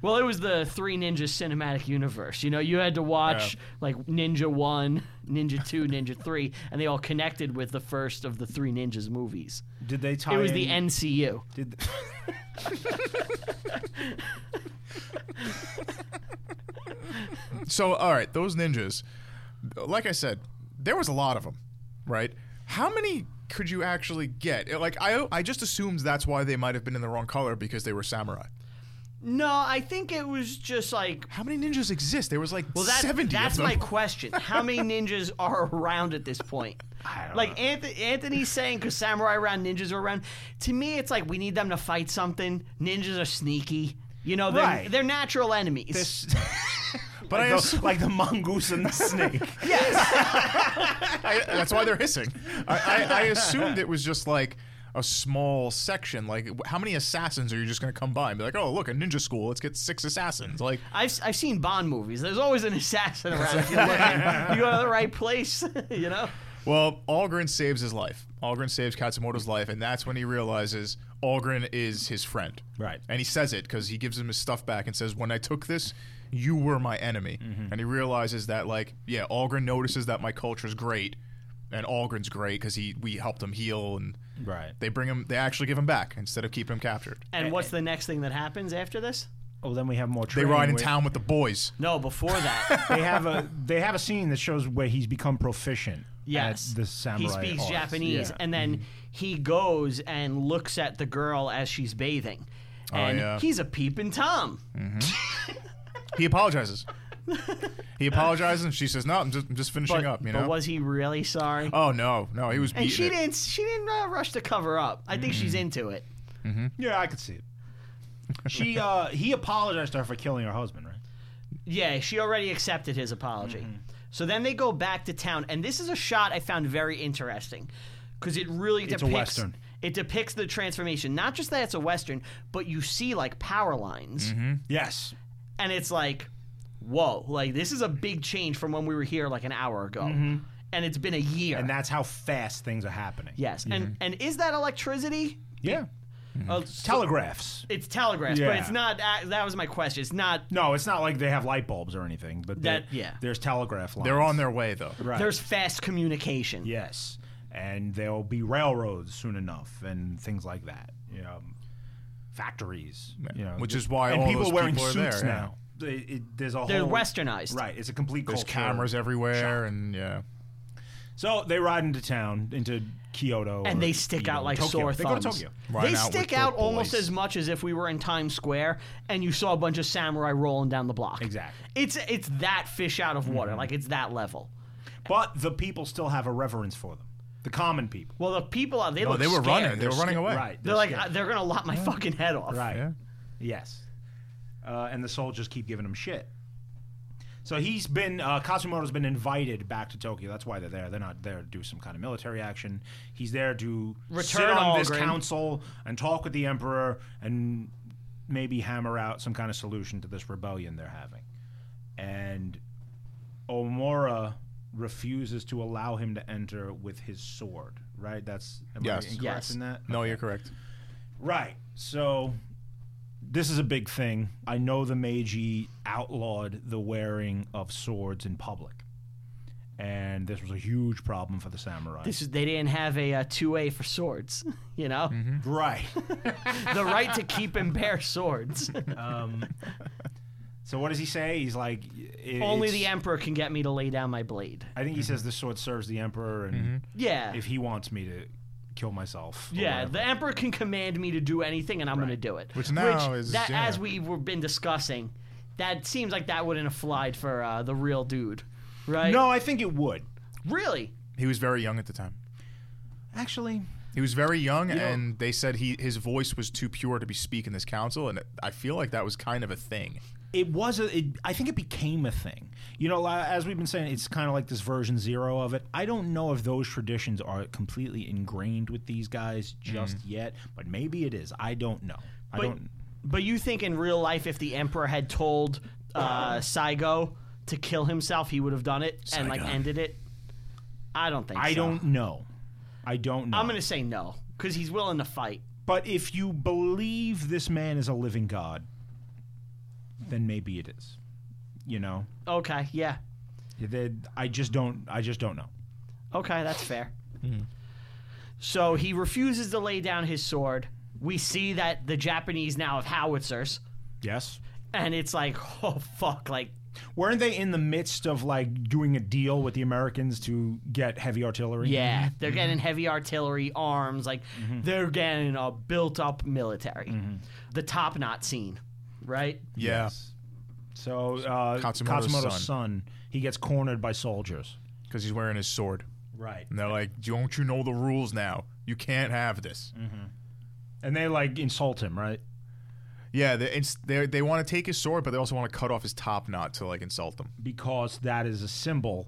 S1: well, it was the three ninja cinematic universe. You know, you had to watch like Ninja One, Ninja Two, Ninja Three, and they all connected with the first of the three ninjas movies.
S3: did they tie?
S1: It was
S3: in,
S1: the NCU.
S3: Did th-
S2: So, all right, those ninjas, like I said, there was a lot of them, right? How many could you actually get? It- Like, I, I just assumed that's why they might have been in the wrong color because they were samurai.
S1: No, I think it was just like
S2: How many ninjas exist? There was like
S1: Well, that,
S2: 70
S1: that's
S2: of
S1: my
S2: them.
S1: question. How many ninjas are around at this point?
S3: I don't
S1: like Anthony, Anthony's saying, because samurai around, ninjas are around. To me, it's like we need them to fight something. Ninjas are sneaky. You know, they're,
S3: Right.
S1: they're natural enemies.
S2: but I
S3: like, the,
S2: assume-
S3: like the mongoose and the snake.
S2: I, that's why they're hissing. I, I, I assumed it was just like a small section. Like, how many assassins are you just going to come by and be like, oh, look, a ninja school. Let's get six assassins. Like,
S1: I've, s- I've seen Bond movies. There's always an assassin around. if you're looking. you go to the right place, you know?
S2: well, Algren saves his life. Algren saves Katsumoto's life, and that's when he realizes Algren is his friend.
S3: Right.
S2: And he says it because he gives him his stuff back and says, when I took this, you were my enemy. And he realizes that, like, yeah, Algren notices that my culture's great. And Algren's great because he we helped him heal and
S3: Right.
S2: They bring him. They actually give him back instead of keeping him captured.
S1: And what's the next thing that happens after this?
S3: Oh, then we have more.
S2: They ride in
S3: with,
S2: town with the boys.
S1: No, before that.
S3: They have a they have a scene that shows where he's become proficient.
S1: Yes,
S3: At the samurai.
S1: He speaks
S3: arts.
S1: Japanese,
S3: Yeah. Mm-hmm.
S1: and then he goes and looks at the girl as she's bathing,
S3: Oh,
S1: and
S2: yeah.
S1: he's a peeping tom.
S2: He apologizes. he apologizes, and she says, "No, I'm just, I'm just finishing
S1: But,
S2: up." You
S1: but
S2: know.
S1: was he really sorry?
S2: oh no, no, he was beating
S1: and she
S2: it.
S1: didn't. She didn't uh, rush to cover up. I think
S3: Mm-hmm.
S1: she's into it.
S3: Yeah, I could see it. She uh he apologized to her for killing her husband, right?
S1: Yeah, she already accepted his apology.
S3: Mm-hmm.
S1: So then they go back to town, and this is a shot I found very interesting because it really
S3: It's a
S1: depicts
S3: Western.
S1: it depicts the transformation. Not just that it's a western, but you see like power lines.
S3: Yes.
S1: and it's like, whoa, like this is a big change from when we were here like an hour ago, and it's been a year.
S3: And that's how fast things are happening.
S1: yes, and and is that electricity?
S3: Yeah.
S1: Uh, so-
S3: Telegraphs.
S1: it's telegraphs, but
S3: Yeah.
S1: it's not. Uh, that was my question. It's not.
S3: No, it's not like they have light bulbs or anything, but they-
S1: That- yeah.
S3: there's telegraph lines.
S2: They're on their way though.
S3: Right.
S1: There's fast communication.
S3: yes, and there'll be railroads soon enough, and things like that. You know, factories. You know,
S2: Which is why
S3: and
S2: all
S3: people
S2: those
S3: wearing
S2: people are
S3: suits
S2: there, yeah.
S3: now. It- it- there's a
S1: They're
S3: whole
S1: westernized.
S3: Right. It's a complete
S2: There's
S3: culture.
S2: cameras everywhere, and yeah.
S3: So they ride into town, into Kyoto,
S1: And
S3: or
S1: they stick
S3: Kyoto,
S1: out like
S3: Tokyo.
S1: sore
S3: They
S1: thumbs.
S3: go to Tokyo.
S2: Right
S1: they
S2: out with
S1: stick
S2: the
S1: out almost
S2: boys.
S1: as much as if we were in Times Square and you saw a bunch of samurai rolling down the block.
S3: Exactly.
S1: It's it's that fish out of water. Like it's that level.
S3: But the people still have a reverence for them. The common people.
S1: Well, the people out they
S2: Oh,
S1: look
S2: they were
S1: scared.
S2: running. They
S1: They're
S2: were running
S1: sca-
S2: away.
S3: Right.
S1: They're like,
S3: scared.
S1: "Uh, they're gonna lop my fucking head off.
S3: right.
S2: Yeah.
S3: Yes. Uh, and the soldiers keep giving him shit. So he's been uh, Katsumoto's been invited back to Tokyo. That's why they're there. They're not there to do some kind of military action. He's there to sit
S1: Return
S3: on this
S1: Algren.
S3: council and talk with the emperor and maybe hammer out some kind of solution to this rebellion they're having. And Omura refuses to allow him to enter with his sword. Right? That's am
S2: Yes.
S3: I incorrect
S1: Yes.
S3: in that?
S2: No, you're correct.
S3: Right. So this is a big thing. I know the Meiji outlawed the wearing of swords in public. And this was a huge problem for the samurai.
S1: This is, they didn't have a uh, two A for swords, you know,
S3: Mm-hmm. right.
S1: the right to keep and bear swords.
S3: Um, so what does he say? He's like i-
S1: Only
S3: it's-
S1: the emperor can get me to lay down my blade.
S3: I think he says this sword serves the emperor and
S1: Yeah,
S3: if he wants me to kill myself. or
S1: yeah.
S3: whatever.
S1: The emperor can command me to do anything, and I'm going to do it.
S2: Which now is-
S1: that,
S2: yeah.
S1: as we've been discussing, that seems like that wouldn't have flied for uh, the real dude, right?
S3: No, I think it would.
S1: really.
S2: He was very young at the time.
S3: Actually,
S2: He was very young, and they said he his voice was too pure to be speaking this council, and I feel like that was kind of a thing.
S3: it was a it, i think it became a thing you know li- as we've been saying it's kind of like this version zero of it i don't know if those traditions are completely ingrained with these guys just yet but maybe it is i don't know i
S1: But,
S3: don't
S1: but you think in real life, if the emperor had told uh, Saigo to kill himself, he would have done it and like ended it? I don't think.
S3: i
S1: so.
S3: don't know i don't know
S1: I'm gonna say no because he's willing to fight.
S3: but if you believe this man is a living god then maybe it is you know
S1: Okay, yeah,
S3: Then i just don't i just don't know
S1: okay, that's fair.
S2: Hmm.
S1: So he refuses to lay down his sword. We see that the Japanese now have howitzers,
S3: yes
S1: and it's like, oh fuck, like
S3: Weren't they in the midst of like doing a deal with the Americans to get heavy artillery?
S1: yeah, they're getting
S2: Mm-hmm.
S1: heavy artillery, arms, like they're getting a built-up military.
S2: Mm-hmm.
S1: The top knot scene, right?
S2: Yeah,
S3: So uh,
S2: Katsumoto's
S3: Katsumoto's,
S2: son.
S3: son. he gets cornered by soldiers.
S2: because he's wearing his sword,
S3: Right.
S2: and they're like, "Don't you know the rules now? You can't have this."
S1: Mm.
S3: And they like insult him, right?
S2: Yeah, they it's, they're- they want to take his sword, but they also want to cut off his top knot to like insult them.
S3: Because that is a symbol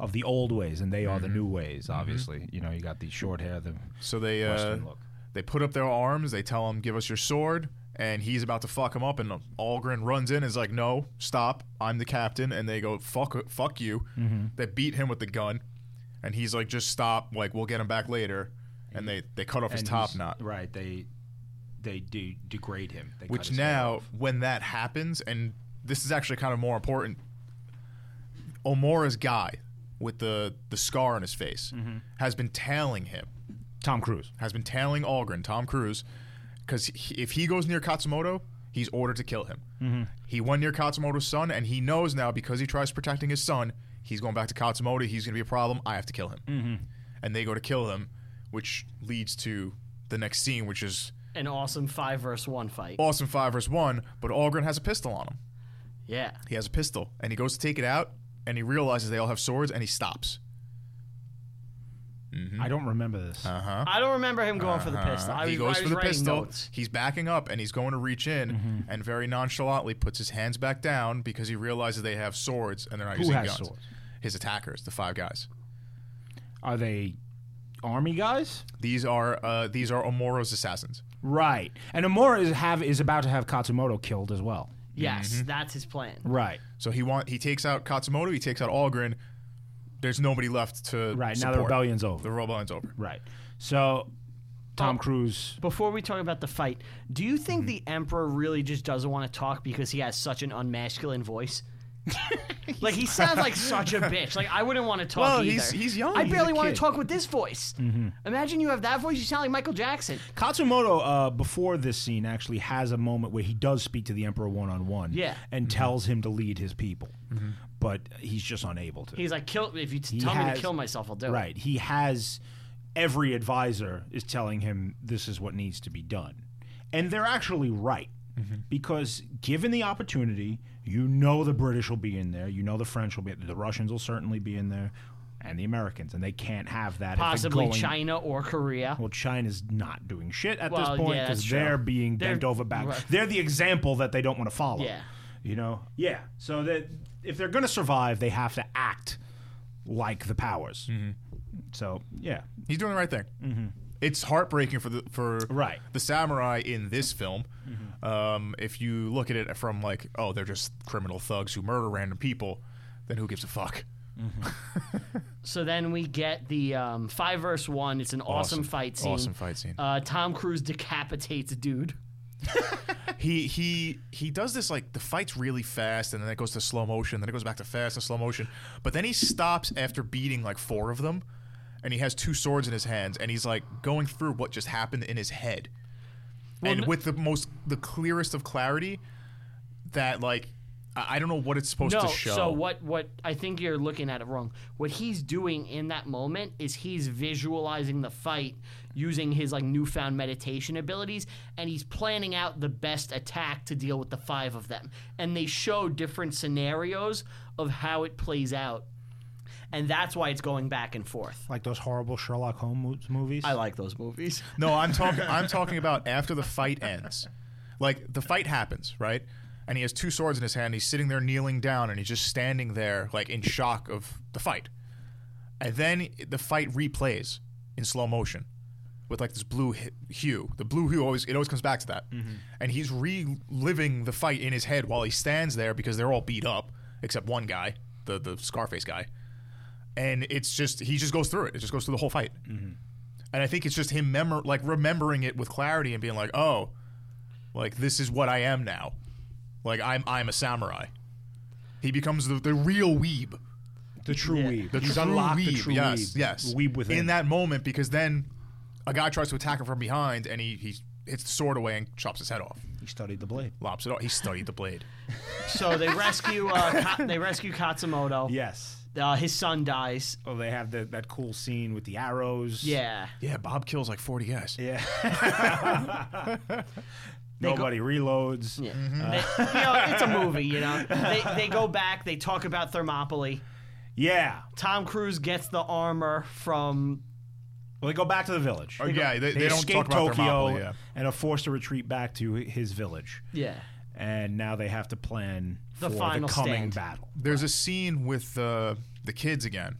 S3: of the old ways, and they are
S2: Mm-hmm.
S3: the new ways. Obviously, you know, you got the short hair, the
S2: So they uh,
S3: Western look.
S2: they put up their arms. They tell him, "Give us your sword." And he's about to fuck him up, and Algren runs in and is like, "No, stop! I'm the captain." And they go, "Fuck, fuck you!"
S3: Mm-hmm.
S2: They beat him with the gun, and he's like, "Just stop! Like we'll get him back later." And they they cut off his
S3: and
S2: top
S3: he's-
S2: knot.
S3: Right. They they de- degrade him. They cut
S2: Which
S3: his hair
S2: now,
S3: off.
S2: when that happens, and this is actually kind of more important, Omura's guy with the the scar on his face
S3: Mm-hmm.
S2: has been tailing him.
S3: Tom Cruise.
S2: has been tailing Algren, Tom Cruise, because if he goes near Katsumoto, he's ordered to kill him. He went near Katsumoto's son, and he knows now because he tries protecting his son, he's going back to Katsumoto. He's going to be a problem. I have to kill him. And they go to kill him, which leads to the next scene, which is
S1: An awesome five versus one fight.
S2: awesome five versus one. But Algren has a pistol on him.
S1: Yeah,
S2: He has a pistol, and he goes to take it out, and he realizes they all have swords, and he stops. Mm-hmm.
S3: I don't remember this.
S2: Uh-huh.
S1: I don't remember him going for the pistol. I was,
S2: he goes
S1: I
S2: for
S1: was
S2: the
S1: writing
S2: pistol.
S1: Notes. Mm-hmm.
S2: He's backing up and he's going to reach in and very nonchalantly puts his hands back down because he realizes they have swords and they're not
S3: Who
S2: using
S3: has
S2: guns.
S3: swords?
S2: His attackers, the five guys.
S3: Are they army guys?
S2: These are uh, these are Omoro's assassins.
S3: Right. And Amora is have is about to have Katsumoto killed as well.
S1: Yes,
S2: Mm-hmm.
S1: that's his plan.
S3: Right.
S2: So he want he takes out Katsumoto, he takes out Algren. There's nobody left to
S3: Right. Now
S2: Support.
S3: the rebellion's over.
S2: The rebellion's over.
S3: right. So
S2: Oh.
S3: Tom Cruise
S1: Before we talk about the fight, do you think
S2: Mm-hmm.
S1: the emperor really just doesn't want to talk because he has such an unmasculine voice? like he sounds like such a bitch. Like I wouldn't want to talk
S2: Well,
S1: either.
S2: he's- he's young.
S1: I
S2: He's a
S1: barely want
S2: kid.
S1: to talk with this voice. Imagine you have that voice. You sound like Michael Jackson.
S3: Katsumoto uh, before this scene actually has a moment where he does speak to the emperor one on one
S1: Yeah. Mm-hmm.
S3: and tells him to lead his people. But he's just unable to.
S1: He's like, "Kill if you t- tell me
S3: has-
S1: to kill myself, I'll do it."
S3: Right. He has every advisor is telling him this is what needs to be done. And they're actually right.
S1: Mm-hmm.
S3: Because given the opportunity, you know the British will be in there, you know the French will be the Russians will certainly be in there, and the Americans, and they can't have that. if they're
S1: Possibly
S3: going-
S1: China or Korea.
S3: Well, China's not doing shit at
S1: Well,
S3: this point
S1: yeah, that's
S3: because
S1: true.
S3: they're being
S1: They're-
S3: bent over back.
S1: right.
S3: They're the example that they don't want to follow.
S1: Yeah.
S3: You know? Yeah. So that if they're going to survive, they have to act like the powers.
S2: Mm-hmm.
S3: So, yeah.
S2: He's doing the right thing.
S1: Mm-hmm.
S2: It's heartbreaking for the for
S3: Right.
S2: the samurai in this film.
S1: Mm-hmm.
S2: Um, if you look at it from like, oh, they're just criminal thugs who murder random people, then who gives a fuck?
S1: So then we get the um, five verse one. It's an awesome, fight scene.
S2: Awesome fight scene.
S1: Uh, Tom Cruise decapitates a dude.
S2: he he he does this like the fight's really fast, and then it goes to slow motion, then it goes back to fast and slow motion. But then he stops after beating like four of them, and he has two swords in his hands, and he's like going through what just happened in his head, and
S1: n-
S2: with the most the clearest of clarity, that like I, I don't know what it's supposed
S1: No,
S2: to show.
S1: so what? What I think you're looking at it wrong. What he's doing in that moment is he's visualizing the fight using his like newfound meditation abilities, and he's planning out the best attack to deal with the five of them. And they show different scenarios of how it plays out. and that's why it's going back and forth.
S3: Like those horrible Sherlock Holmes movies.
S1: I like those movies.
S2: No, I'm talking. I'm talking about after the fight ends. Like the fight happens, right? And he has two swords in his hand. He's sitting there kneeling down, and he's just standing there, like in shock of the fight. And then the fight replays in slow motion, with like this blue hi- hue. The blue hue always it always comes back to that. And he's reliving the fight in his head while he stands there because they're all beat up except one guy, the the Scarface guy. And it's just he just goes through it. It just goes through the whole fight. And I think it's just him memor- like remembering it with clarity and being like, "Oh, like this is what I am now. Like I'm I'm a samurai." He becomes the, the real weeb.
S3: the true
S1: Yeah.
S3: weeb.
S2: The
S3: He's
S2: true
S3: unlocked
S2: weeb.
S3: the true
S2: yes,
S3: weeb.
S2: yes.
S3: Weeb within.
S2: in that moment because then a guy tries to attack him from behind and he, he hits the sword away and chops his head off,
S3: he studied the blade.
S2: lops it off. He studied the blade.
S1: So they rescue uh, Ka- they rescue Katsumoto.
S3: Yes.
S1: Uh, his son dies.
S3: Oh, they have the, that cool scene with the arrows.
S1: Yeah.
S2: Yeah, Bob kills like forty guys.
S3: Yeah.
S1: go-
S3: Nobody reloads.
S1: Yeah.
S2: Mm-hmm.
S1: They- you know, it's a movie, you know. They, they go back, they talk about Thermopylae.
S3: Yeah.
S1: Tom Cruise gets the armor from
S3: Well, they go back to the village.
S2: Oh, yeah, they, they, don't
S3: escape
S2: talk about
S3: Tokyo
S2: Thermopylae. Yeah.
S3: and are forced to retreat back to his village.
S1: Yeah.
S3: And now they have to plan
S1: The
S3: for
S1: final
S3: the coming
S1: stand.
S3: battle.
S2: There's a scene with the the kids again,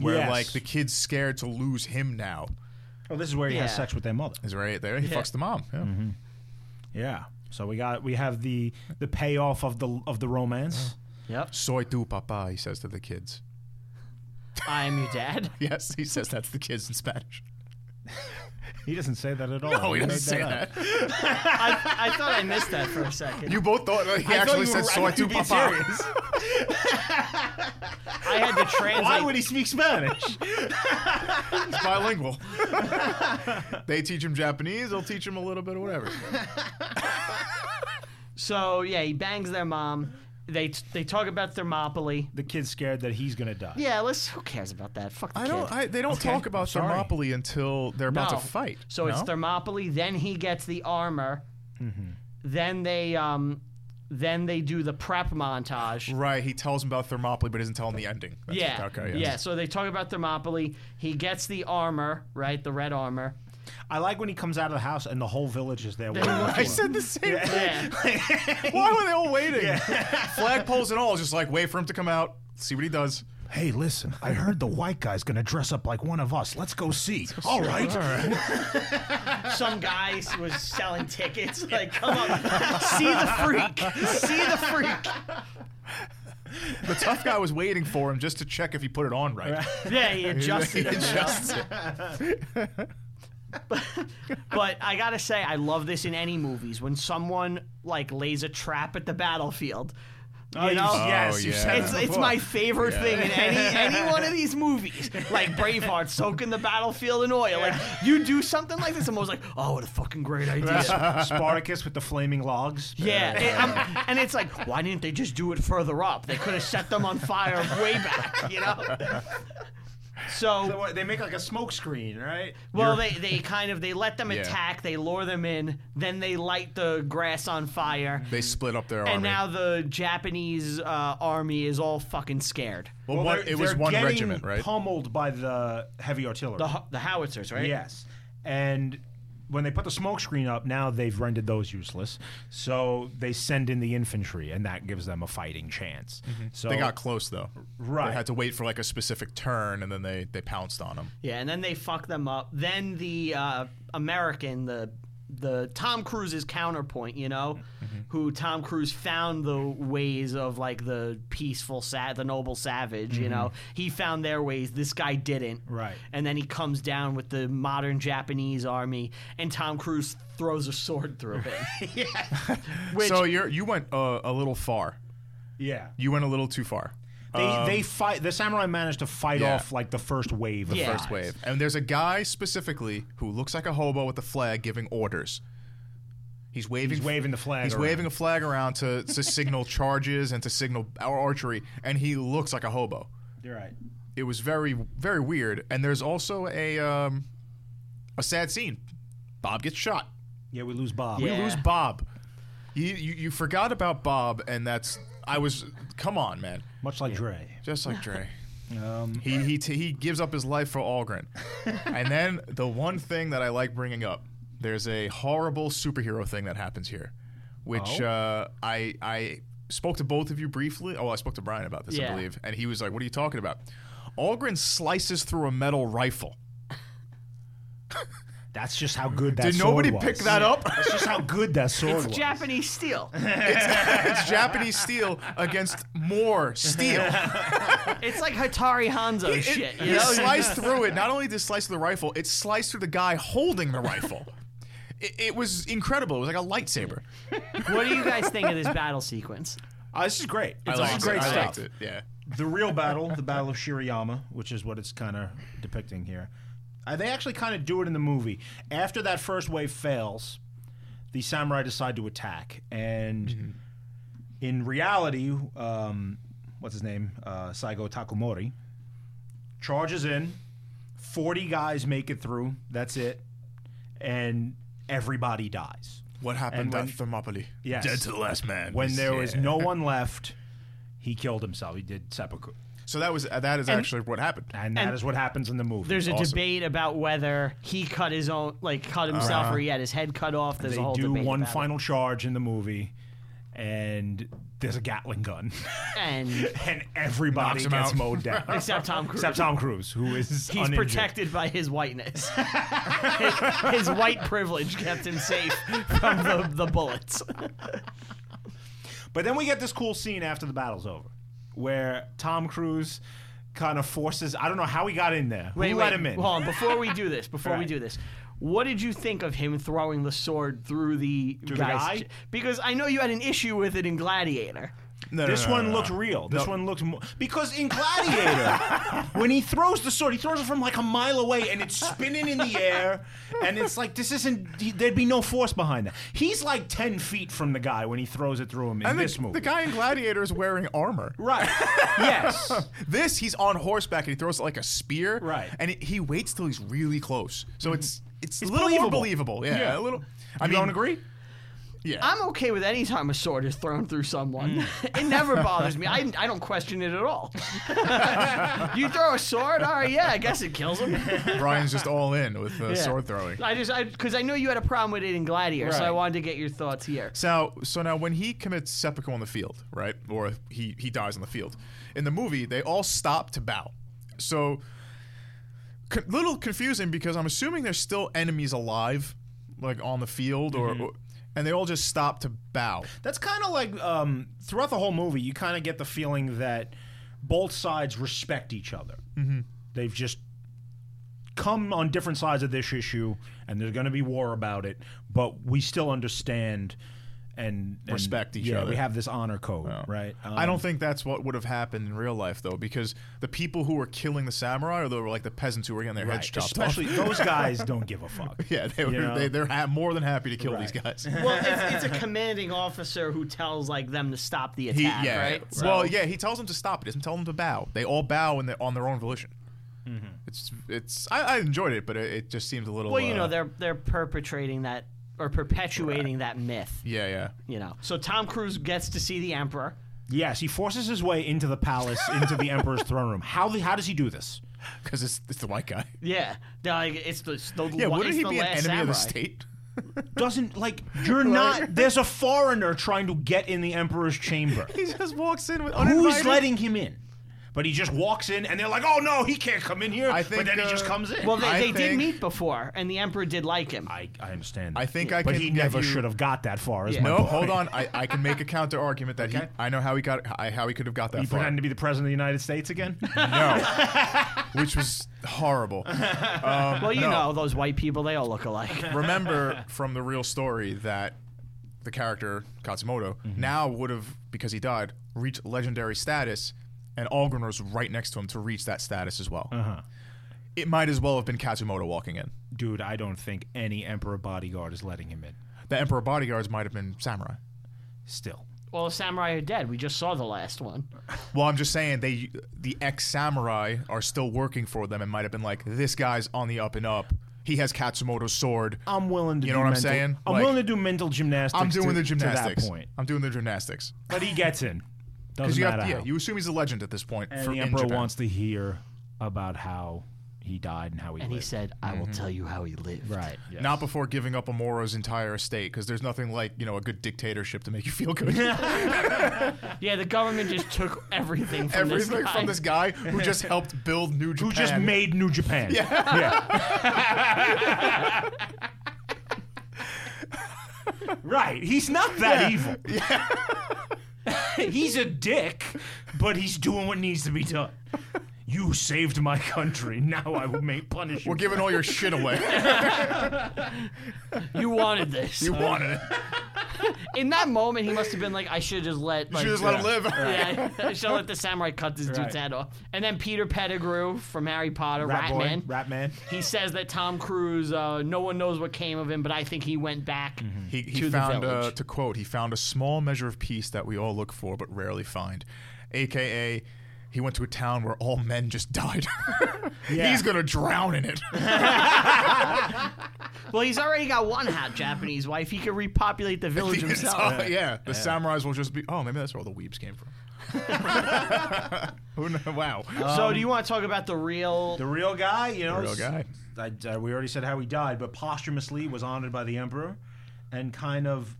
S2: where
S3: Yes.
S2: like the kid's scared to lose him now.
S3: Oh, this is where he has
S1: Yeah.
S3: sex with their mother.
S2: Is right there. He
S1: Yeah.
S2: fucks the mom. Yeah.
S3: Mm-hmm. Yeah. So we got we have the the payoff of the of the romance.
S1: Yep.
S2: Soy tu papa, he says to the kids.
S1: I am your dad.
S2: Yes, he says that's the kids in Spanish.
S3: He doesn't say that at all.
S2: No, Oh, he
S3: made
S2: doesn't say
S3: up.
S2: that.
S1: I, I thought I missed that for a second.
S2: You both thought uh, he
S3: I thought
S2: actually
S3: you
S2: said
S3: were- I
S2: soy
S3: thought
S2: tu
S3: you were being
S2: papa.
S3: serious.
S1: I had to translate.
S3: Why would he speak Spanish?
S2: It's bilingual. they teach him Japanese. They'll teach him a little bit of whatever.
S1: So yeah, he bangs their mom. They they talk about Thermopylae.
S3: the kid's scared that he's gonna die.
S1: Yeah, let's. Who cares about that? Fuck the
S2: I don't.
S1: kid.
S2: I, they don't talk about
S3: sorry.
S2: Thermopylae until they're about
S1: No.
S2: to fight.
S1: So it's
S2: No? Mm-hmm.
S1: Thermopylae. Then he gets the armor. Then they um, then they do the prep montage.
S2: right. He tells him about Thermopylae, but doesn't tell him the ending. That's
S1: yeah.
S2: Okay. yes.
S1: Yeah. So they talk about Thermopylae. He gets the armor, right? The red armor.
S3: I like when he comes out of the house and the whole village is there waiting for
S2: I
S3: him.
S2: said the same.
S1: Yeah.
S2: thing. Why were they all waiting? Flagpoles and all, just like wait for him to come out, see what he does.
S3: Hey, listen, I heard the white guy's gonna dress up like one of us. Let's go see. All right.
S1: Some guy was selling tickets. Like, come on, see the freak, see the freak.
S2: The tough guy was waiting for him just to check if he put it on right.
S1: Yeah, he adjusted. it, you know?
S2: Just-
S1: But I gotta say, I love this in any movies when someone like lays a trap at the battlefield. You
S3: Oh, you-
S1: know,
S3: yes,
S2: Oh,
S3: you
S2: yeah.
S3: said
S1: it's
S3: that
S1: it's
S3: before.
S1: my favorite thing in any any one of these movies, like Braveheart soaking the battlefield in oil. Like you do something like this, and I was like, oh, what a fucking great idea.
S3: Spartacus with the flaming logs.
S1: Yeah, it- I'm- and it's like, why didn't they just do it further up? They could have set them on fire way back, you know.
S4: So
S1: So,
S4: what, they make like a smoke screen, right?
S1: well, they they kind of they let them
S2: Yeah.
S1: attack, they lure them in, then they light the grass on fire,
S2: they split up their army.
S1: and now the Japanese uh, army is all fucking scared.
S2: well,
S3: Well,
S2: one-
S3: they're-
S2: it was
S3: they're
S2: one
S3: getting
S2: regiment, right?
S3: Pummeled by the heavy artillery.
S1: The ho- the howitzers, right?
S3: Yes. And when they put the smoke screen up, now they've rendered those useless. So they send in the infantry, and that gives them a fighting chance.
S1: Mm-hmm.
S3: So
S2: They got close though.
S3: Right.
S2: They had to wait for like a specific turn, and then they they pounced on him.
S1: Yeah, and then they fuck them up. Then the uh, American, the the Tom Cruise's counterpoint, you know, who Tom Cruise found the ways of like the peaceful, sad, the noble savage. You know, he found their ways. This guy didn't.
S3: Right.
S1: And then he comes down with the modern Japanese army, and Tom Cruise throws a sword through him. Which-
S2: so you you went uh, a little far.
S3: yeah.
S2: You went a little too far. Uh,
S3: They, they fight. The samurai managed to fight
S2: Yeah.
S3: off like the first wave. Of
S1: Yeah.
S3: guys.
S2: First wave, and there's a guy specifically who looks like a hobo with a flag giving orders. He's waving.
S3: He's waving the flag.
S2: He's
S3: around.
S2: waving a flag around to, to signal charges and to signal our archery, and he looks like a hobo.
S3: You're right.
S2: It was very very weird. And there's also a um, a sad scene. Bob gets shot.
S3: Yeah, we lose Bob.
S1: Yeah.
S2: We lose Bob. You, you you forgot about Bob, and that's I was. Come on, man.
S3: Much like Dre.
S2: Just like Dre.
S3: Um,
S2: He he t- he gives up his life for Algren. and then the one thing that I like bringing up, there's a horrible superhero thing that happens here, which
S3: Oh?
S2: uh, I I spoke to both of you briefly. Oh, I spoke to Brian about this, I
S1: Yeah.
S2: believe, and he was like, "What are you talking about?" Algren slices through a metal rifle.
S3: that's just how good that
S2: Did
S3: sword
S2: nobody
S3: was.
S2: pick that up?
S3: That's just how good that sword
S1: It's
S3: was.
S1: Japanese steel.
S2: it's Japanese steel against more steel.
S1: It's like Hatari Hanzo shit. You
S2: He
S1: know?
S2: sliced through it. Not only did it slice through the rifle, it sliced through the guy holding the rifle. It, it was incredible. It was like a lightsaber.
S1: What do you guys think of this battle sequence?
S3: Uh, this is great. It's
S2: I
S3: all
S2: liked
S3: great
S2: it.
S3: stuff.
S2: I liked it. Yeah.
S3: the real battle, the Battle of Shirayama, which is what it's kind of depicting here, uh, they actually kind of do it in the movie. After that first wave fails, the samurai decide to attack, and
S1: Mm-hmm.
S3: in reality, um, what's his name, uh, Saigo Takumori, charges in. Forty guys make it through. That's it, and everybody dies.
S2: What happened
S3: And when-
S2: at Thermopylae?
S3: Yes.
S2: Dead to the last man.
S3: When there was
S2: Yeah.
S3: no one left, he killed himself. He did seppuku,
S2: So that was uh, that is actually what happened.
S3: and that is
S1: And
S3: what happens in the movie.
S1: There's a
S2: Awesome.
S1: debate about whether he cut his own, like cut himself, or he had his head cut off. There's
S3: Uh, they
S1: a whole
S3: do
S1: debate
S3: one
S1: about it.
S3: final charge in the movie, and there's a Gatling gun,
S1: and
S3: and
S2: Knocks
S3: everybody
S2: 'em
S3: gets
S2: out.
S3: mowed down
S1: except Tom Cruise.
S3: except Tom Cruise, who is
S1: He's
S3: uninjured.
S1: protected by his whiteness. his, his white privilege kept him safe from the, the bullets.
S3: But then we get this cool scene after the battle's over, where Tom Cruise kind of forces. I don't know how he got in there.
S1: Wait,
S3: who
S1: wait,
S3: let him in?
S1: Hold on, before we do this, before we
S3: Right.
S1: do this, what did you think of him throwing the sword through the
S3: Through the
S1: guy's?
S3: guy?
S1: Because I know you had an issue with it in Gladiator.
S2: No,
S3: This one looked real. This one looked mo- because in Gladiator, when he throws the sword, he throws it from like a mile away, and it's spinning in the air, and it's like this isn't. he- There'd be no force behind that. He's like ten feet from the guy when he throws it through him in
S2: And
S3: this
S2: the,
S3: movie.
S2: the guy in Gladiator is wearing armor.
S3: right? yes.
S2: This he's on horseback and he throws it like a spear.
S3: Right. Mm-hmm.
S2: And it, he waits till he's really close. So it's it's, a little more
S3: believable.
S2: believable. Yeah,
S3: Yeah.
S2: A little.
S3: I
S2: I mean,
S3: don't agree.
S2: Yeah.
S1: I'm okay with any time a sword is thrown through someone. it never bothers me. I, I don't question it at all. you throw a sword? All right, yeah, I guess it kills him.
S2: Brian's just all in with uh,
S1: Yeah.
S2: sword throwing.
S1: I just because I, know you had a problem with it in Gladiator, so I
S3: Right.
S1: wanted to get your thoughts here.
S2: So so now when he commits seppuku on the field, right, or he he dies on the field, in the movie they all stop to bow. So c little confusing because I'm assuming there's still enemies alive, like on the field,
S3: Mm-hmm.
S2: or, or- and they all just stop to bow.
S3: That's kind of like um, throughout the whole movie, you kind of get the feeling that both sides respect each other. Mm-hmm. They've just come on different sides of this issue, and there's going to be war about it, but we still understand and, and-
S2: Respect each
S3: yeah,
S2: other. Oh.
S3: We have this honor code, right?
S2: I
S3: Um,
S2: don't think that's what would have happened in real life though, because the people who were killing the samurai or they were like the peasants who were getting their heads
S3: right.
S2: chopped
S3: Especially
S2: off.
S3: those guys don't give a fuck.
S2: Yeah, they were,
S3: know?
S2: they, they're ha- more than happy to kill these
S3: Right.
S2: guys.
S1: Well, it's, it's a commanding officer who tells like them to stop the attack,
S2: He, yeah.
S1: right?
S2: Well, yeah. He tells them to stop. He doesn't tell them to bow. They all bow in their, on their own volition. It's it's. I, I enjoyed it, but it, it just seemed a little.
S1: Mm-hmm. Well, you
S2: uh,
S1: know they're they're perpetrating that or perpetuating that myth.
S2: Yeah, yeah.
S1: You know, so Tom Cruise gets to see the Emperor.
S3: Yes, he forces his way into the palace, into the emperor's throne room. How the, how does he do this?
S2: Because it's it's the white guy.
S1: Yeah, They're like, it's the it's the
S2: Yeah,
S1: one- it's
S2: wouldn't he
S1: the
S2: be an
S1: last
S2: enemy of the
S1: samurai.
S2: state?
S3: Doesn't like you're not. There's a foreigner trying to get in the emperor's chamber.
S2: He just walks in with
S3: Who's
S2: uninvited-
S3: letting him in? But he just walks in, and they're like, "Oh no, he can't come in here."
S2: I think,
S3: but then he just
S2: uh,
S3: comes in.
S1: Well, they,
S2: I
S1: they did
S2: think-
S1: meet before, and the Emperor did like him.
S3: I, I understand.
S2: I
S3: that.
S2: think I
S3: but
S2: can
S3: he
S2: give
S3: never
S2: you-
S3: should have got that far. As
S1: Yeah.
S3: my
S2: No,
S3: point.
S2: hold on. I, I can make a counter argument that he.
S3: Okay.
S2: I know how he got. I, how he could have got that
S3: He
S2: far.
S3: pretended to be the president of the United States again.
S2: No, which was horrible.
S1: well, you
S2: no.
S1: know those white people, they all look alike.
S2: remember from the real story that the character Katsumoto
S3: Mm-hmm.
S2: now would have, because he died, reached legendary status, and Algren was right next to him to reach that status as well.
S3: Uh-huh.
S2: It might as well have been Katsumoto walking in.
S3: Dude, I don't think any emperor bodyguard is letting him in.
S2: The Emperor bodyguards might have been samurai.
S3: Still,
S1: Well, the samurai are dead. We just saw the last one.
S2: Well, I'm just saying they, the ex samurai, are still working for them, and might have been like, this guy's on the up and up. He has Katsumoto's sword.
S3: I'm willing to.
S2: You
S3: do
S2: know what I'm
S3: mental-
S2: saying?
S3: I'm
S2: Like,
S3: willing to do mental gymnastics.
S2: I'm doing
S3: to-
S2: the gymnastics.
S3: to that point,
S2: I'm doing the gymnastics.
S3: but he gets in. Doesn't
S2: you
S3: matter.
S2: yeah,
S3: how.
S2: you assume he's a legend at this point.
S4: And
S2: for,
S4: the
S2: in
S3: Emperor
S2: Japan.
S3: wants to hear about how he died and how he
S1: And he
S3: lived.
S1: said, "I
S2: Mm-hmm.
S1: will tell you how he lived."
S3: right. yes.
S2: Not before giving up Amoro's entire estate, because there's nothing like you know a good dictatorship to make you feel good.
S1: Yeah, the government just took everything from
S2: Everything
S1: this guy.
S2: from this guy who just helped build New Japan.
S3: Who just made New Japan? Yeah. right. He's not that evil. he's a dick, but he's doing what needs to be done. You saved my country. Now I will make punish you.
S2: We're giving all your shit away.
S1: You wanted this.
S2: you wanted it.
S1: In that moment, he must have been like, "I should just let."
S2: You
S1: Like,
S2: should just let him live.
S1: yeah, I should let the samurai cut this dude's
S3: Right.
S1: head off. And then Peter Pettigrew from Harry Potter, Ratman.
S3: Ratman.
S1: he says that Tom Cruise, uh, no one knows what came of him, but I think he went back.
S2: He,
S1: To
S2: he
S1: the
S2: found, uh,
S1: village.
S2: to quote, he found a small measure of peace that we all look for but rarely find. AKA, he went to a town where all men just died.
S3: Yeah.
S2: He's going to drown in it.
S1: Well, he's already got one hot Japanese wife. He could repopulate the village himself.
S2: yeah. The samurais will just be, oh, maybe that's where all the weebs came from. Who kn- wow.
S1: So, do you want to talk about the real?
S3: Um, The real guy, you know.
S2: real
S3: s-
S2: guy.
S3: I, uh, we already said how he died, but posthumously was honored by the emperor, and kind of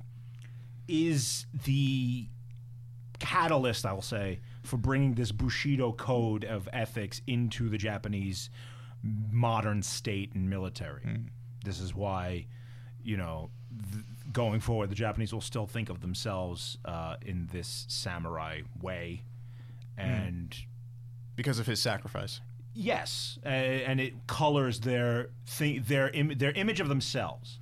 S3: is the catalyst, I will say, for bringing this Bushido code of ethics into the Japanese modern state and military.
S2: Hmm.
S3: This is why, you know, th- going forward, the Japanese will still think of themselves uh, in this samurai way,
S2: Hmm.
S3: and.
S2: Because of his sacrifice.
S3: Yes, uh, and it colors their thing, their Im- their image of themselves.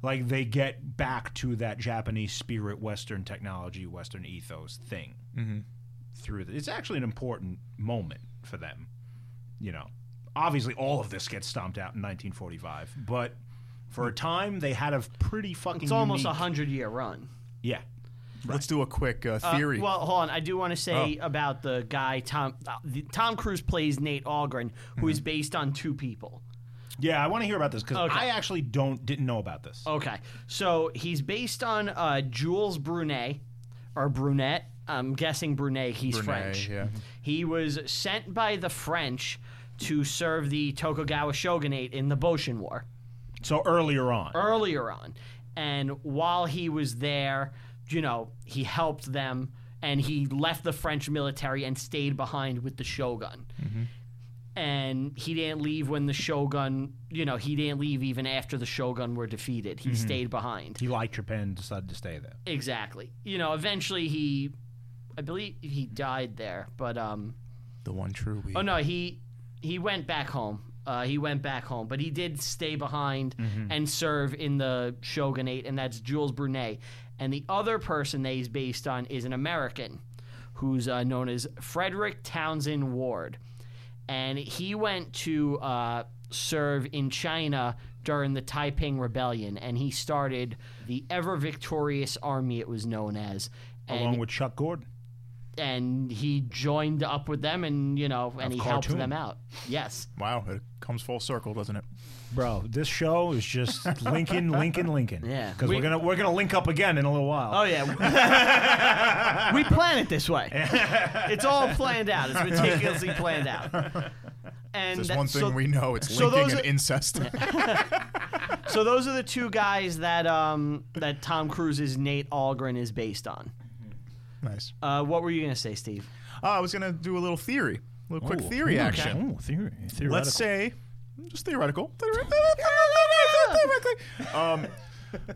S3: Like they get back to that Japanese spirit, Western technology, Western ethos thing. Mm-hmm. Through the, it's actually an important moment for them. You know, obviously all of this gets stomped out in 1945, but for a time they had a pretty fucking.
S1: It's almost a
S3: unique-
S1: hundred year run.
S3: Yeah,
S2: Let's do a quick uh,
S1: Uh,
S2: theory.
S1: well, hold on. I do want to say
S3: Oh.
S1: about the guy Tom. Uh, the, Tom Cruise plays Nate Algren, who
S3: Mm-hmm.
S1: is based on two people.
S3: yeah. I want to hear about this because
S1: Okay.
S3: I actually don't didn't know about this.
S1: Okay, so he's based on uh, Jules Brunet or Brunet. I'm guessing Brunet. He's
S2: Brunet,
S1: French.
S2: yeah.
S1: He was sent by the French to serve the Tokugawa shogunate in the Boshin War
S3: So earlier on,
S1: earlier on. And while he was there, you know, he helped them and he left the French military and stayed behind with the shogun. And he didn't leave when the shogun, you know, he didn't leave even after the shogun were defeated. He stayed behind.
S3: he liked Japan, and decided to stay there.
S1: Exactly. You know, eventually he I believe he died there, but um
S2: the one true weeb.
S1: Oh no, he he went back home. Uh, he went back home, but he did stay behind and serve in the shogunate, and that's Jules Brunet. And the other person that he's based on is an American, who's uh, known as Frederick Townsend Ward, and he went to uh, serve in China during the Taiping Rebellion, and he started the ever victorious army it was known as. And
S3: Along with Chuck Gordon.
S1: and he joined up with them and you know and he helped
S3: Khartoum.
S1: them out yes
S2: Wow, it comes full circle, doesn't it?
S1: Mm,
S3: Bro, this show is just Lincoln, Lincoln, Lincoln.
S1: Yeah.
S3: because we,
S1: We-
S3: are gonna we're gonna link up again in a little while.
S1: oh yeah we plan it this way it's all planned out it's meticulously planned out and
S2: There's
S1: that-
S2: one thing
S1: so,
S2: we know: it's
S1: so
S2: linking
S1: those
S2: and
S1: are-
S2: incest.
S1: so those are the two guys that um that tom cruise's nate algren is based on
S2: nice.
S1: uh, what were you gonna say steve
S2: Uh, I was gonna do a little theory, a little quick
S3: Ooh,
S2: theory
S3: ooh,
S2: action.
S3: Ooh, theory, theoretical.
S2: Let's say, just theoretical. um,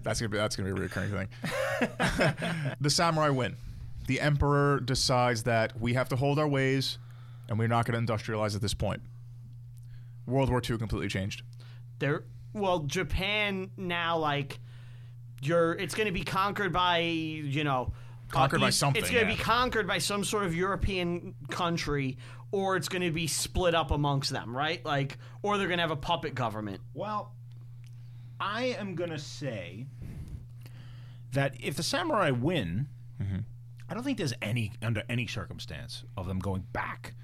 S2: that's gonna be that's gonna be a recurring thing. the samurai win. The emperor decides that we have to hold our ways, and we're not gonna industrialize at this point. World War II completely changed.
S1: They're well, Japan now like you're it's going to be conquered by you know uh,
S2: Conquered by
S1: East-
S2: something,
S1: It's going to
S2: yeah.
S1: be conquered by some sort of European country, or it's going to be split up amongst them, right? Like, or they're going to have a puppet government.
S3: Well, I am gonna say that if the samurai win,
S2: Mm-hmm.
S3: I don't think there's any under any circumstance of them going back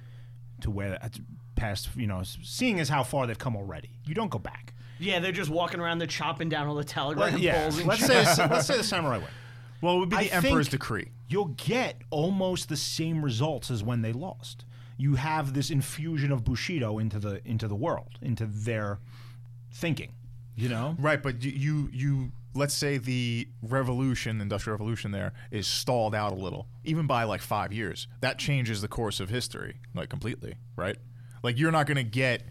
S3: to where that's past. You know, seeing as how far they've come already, you don't go back.
S1: Yeah, they're just walking around, they're chopping down all the telegram poles. And
S3: let's
S1: shit.
S3: say let's say the samurai win.
S2: Well, it would be
S3: I
S2: the Emperor's
S3: think
S2: decree.
S3: You'll get almost the same results as when they lost. You have this infusion of Bushido into the into the world, into their thinking. You know,
S2: Right, but you, you you let's say the revolution, industrial revolution there is stalled out a little, even by like 5 years. That changes the course of history like completely, right? Like you're not going to get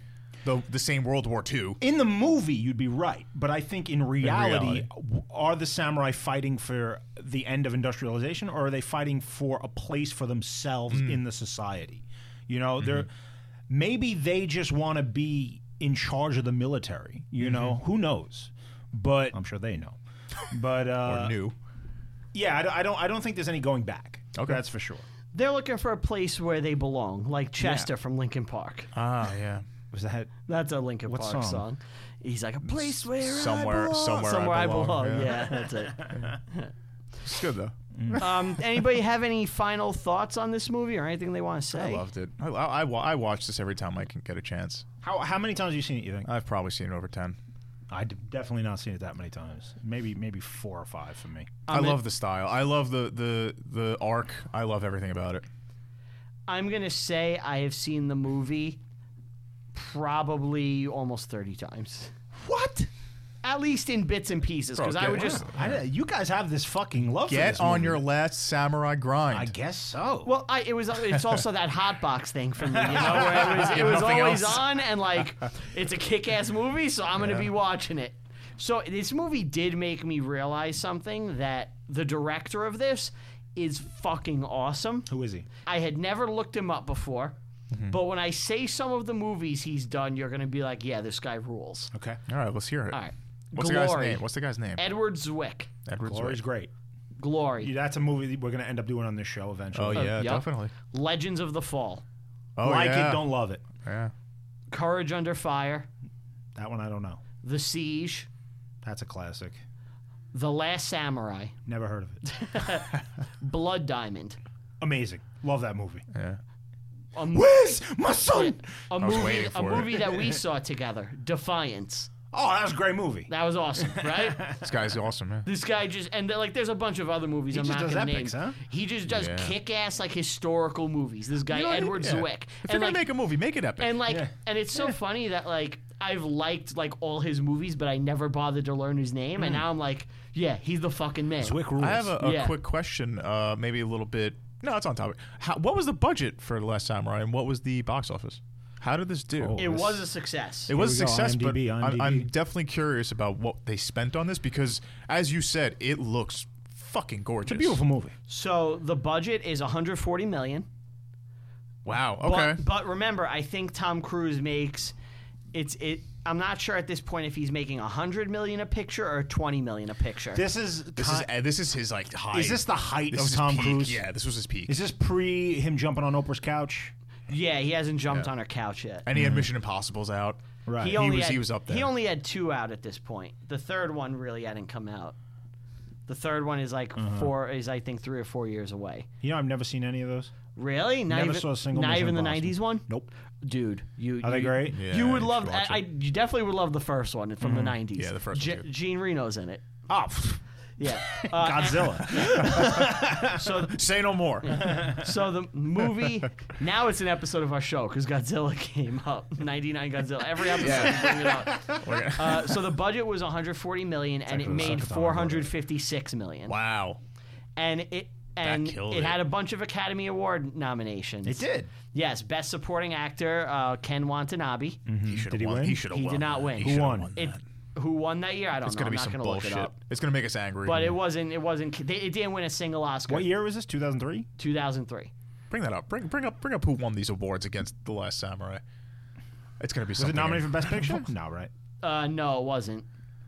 S2: the the same World War II.
S3: in the movie you'd be right, but I think in reality,
S2: reality.
S3: w are the samurai fighting for the end of industrialization, or are they fighting for a place for themselves in the society? You know, they're maybe they just want to be in charge of the military. You know, who knows? But Mm-hmm. I'm sure they know. But uh,
S2: or new.
S3: Yeah, I don't, I don't. I don't think there's any going back.
S2: Okay.
S3: that's for sure.
S1: They're looking for a place where they belong, like Chester from Linkin Park.
S2: Ah, yeah.
S3: Was that?
S1: That's a Linkin Park
S3: song?
S1: song? He's like a place where I
S2: somewhere-
S1: belong.
S2: somewhere I belong,
S1: Yeah.
S2: yeah.
S1: that's it.
S2: It's good though.
S1: Um, anybody have any final thoughts on this movie or anything they want to
S2: I
S1: say?
S2: loved it. I, I, I wa- I watch this every time I can get a chance.
S3: How how many times have you seen it? You think?
S2: I've probably seen it over 10.
S3: I've definitely not seen it that many times. Maybe maybe four or five for me.
S2: i
S1: I'm in-
S2: love the style. I love the, the the arc. I love everything about it.
S1: I'm gonna say I have seen the movie probably almost 30 times,
S3: What?
S1: at least in bits and pieces. Because I
S2: Okay.
S1: would just
S3: I, don't- you guys have this fucking love. for
S2: Get
S3: this
S2: on
S3: movie.
S2: your last samurai grind.
S3: I guess so.
S1: Well, I, it was. It's also that hot box thing for me, you know, where it was, it
S2: If
S1: was
S2: nothing
S1: always
S2: else.
S1: on, and like, it's a kick-ass movie, so I'm gonna be watching it. So this movie did make me realize something that the director of this is fucking awesome.
S3: Who is he?
S1: I had never looked him up before,
S2: Mm-hmm.
S1: but when I say some of the movies he's done, you're gonna be like, yeah, this guy rules.
S3: Okay.
S2: All right, let's hear it.
S1: All right,
S2: What's
S1: Glory.
S2: the guy's name? What's the guy's name?
S1: Edward Zwick.
S2: Edward
S3: Glory's
S2: Zwick.
S3: great.
S1: Glory.
S3: Yeah, That's a movie that we're gonna end up doing on this show
S2: Oh
S3: eventually.
S2: yeah,
S1: yeah.
S2: definitely.
S1: Legends of the Fall.
S2: Oh
S3: like
S2: yeah.
S3: it, don't love it.
S2: yeah.
S1: Courage Under Fire.
S3: That one I don't know.
S1: The Siege.
S3: That's a classic.
S1: The Last Samurai.
S3: Never heard of it.
S1: Blood Diamond.
S3: Amazing. Love that movie.
S2: Yeah.
S1: A, mo-
S3: Where's my son?
S1: a
S2: was
S1: movie,
S2: waiting
S1: a
S2: for it.
S1: movie that we saw together, Defiance.
S3: Oh, that was a great movie.
S1: That was awesome, right?
S2: This guy's awesome, man.
S1: this guy just and like there's a bunch of other movies I'm
S3: just
S1: not
S3: does
S1: gonna
S3: epics,
S1: name.
S3: huh?
S1: He just does
S2: Yeah.
S1: kick-ass like historical movies. This guy
S2: You know what I mean?
S1: Edward
S2: Yeah.
S1: Zwick,
S2: If you're
S1: and
S2: gonna
S1: like
S2: make a movie, make it epic.
S1: and like and it's so funny that like I've liked like all his movies, but I never bothered to learn his name,
S2: Hmm.
S1: and now I'm like, yeah, he's the fucking man.
S3: Zwick rules.
S2: I have a, a
S1: Yeah.
S2: quick question, uh, maybe a little bit. No, it's on topic. How, what was the budget for The Last Samurai, and what was the box office? How did this do?
S3: Oh.
S1: It was a success.
S2: It was a
S3: we go,
S2: success, but
S3: IMDb,
S2: I'm, I'm
S3: IMDb.
S2: definitely curious about what they spent on this because, as you said, it looks fucking gorgeous.
S3: It's a beautiful movie.
S1: so the budget is 140 million.
S2: Wow. Okay.
S1: But, but remember, I think Tom Cruise makes it's it. I'm not sure at this point if he's making 100 million a picture or 20 million a picture.
S3: This is
S2: this is uh, this is his like high.
S3: Is this the height
S2: this
S3: of
S2: is his
S3: Tom
S2: peak.
S3: Cruise?
S2: Yeah, this was his peak.
S3: Is this pre him jumping on Oprah's couch?
S1: yeah, he hasn't jumped on her couch yet.
S2: and he had Mission Impossibles out.
S3: Mm. Right.
S2: He was- he was up
S1: He
S2: there.
S1: only had two out at this point. The third one really hadn't come out. The third one is like
S3: Uh-huh.
S1: four is I think three or four years away.
S3: You know, I've never seen any of those.
S1: Really? Not
S3: Never
S1: even,
S3: saw a single
S1: Not
S3: Mission
S1: even the
S3: Impossible.
S1: '90s one.
S3: Nope.
S1: Dude, you
S3: Are they
S1: you-
S3: great? Mm-hmm.
S2: Yeah,
S1: you would
S2: you
S1: love.
S2: should
S1: I,
S2: watch
S1: I you definitely would love the first one from the '90s.
S2: Yeah, the first
S1: Je-
S2: one's good.
S1: Gene Reno's in it.
S3: Oh, pff,
S1: Yeah. Uh,
S3: Godzilla.
S1: So
S2: Say no more.
S1: So the movie now it's an episode of our show because Godzilla came up. Ninety nine Godzilla. Every episode we bring it up.
S2: We're gonna-
S1: Uh, so the budget was 140 million and it made 456 million.
S2: wow.
S1: And it and
S2: killed
S1: it,
S2: it.
S1: had a bunch of Academy Award nominations.
S3: it did.
S1: Yes, best supporting actor uh, Ken Watanabe.
S2: He should have
S3: Hmm. he
S2: won.
S3: win?
S2: He should have
S1: He
S2: won.
S1: did not win.
S2: He
S1: Who
S2: should've
S3: won?
S2: won
S1: It
S2: that.
S1: who won that year? I don't
S2: It's
S1: know.
S2: gonna
S1: I'm
S2: be
S1: not
S2: some
S1: gonna
S2: bullshit.
S1: look it up.
S2: It's gonna make us angry.
S1: But it wasn't. It wasn't. It didn't win a single Oscar.
S3: What year was this? 2003?
S1: 2003.
S2: bring that up. Bring bring up bring up who won these awards against The Last Samurai. It's gonna be
S3: Was
S2: something.
S3: it nominated for Best Picture? no, right?
S1: Uh, no, it wasn't.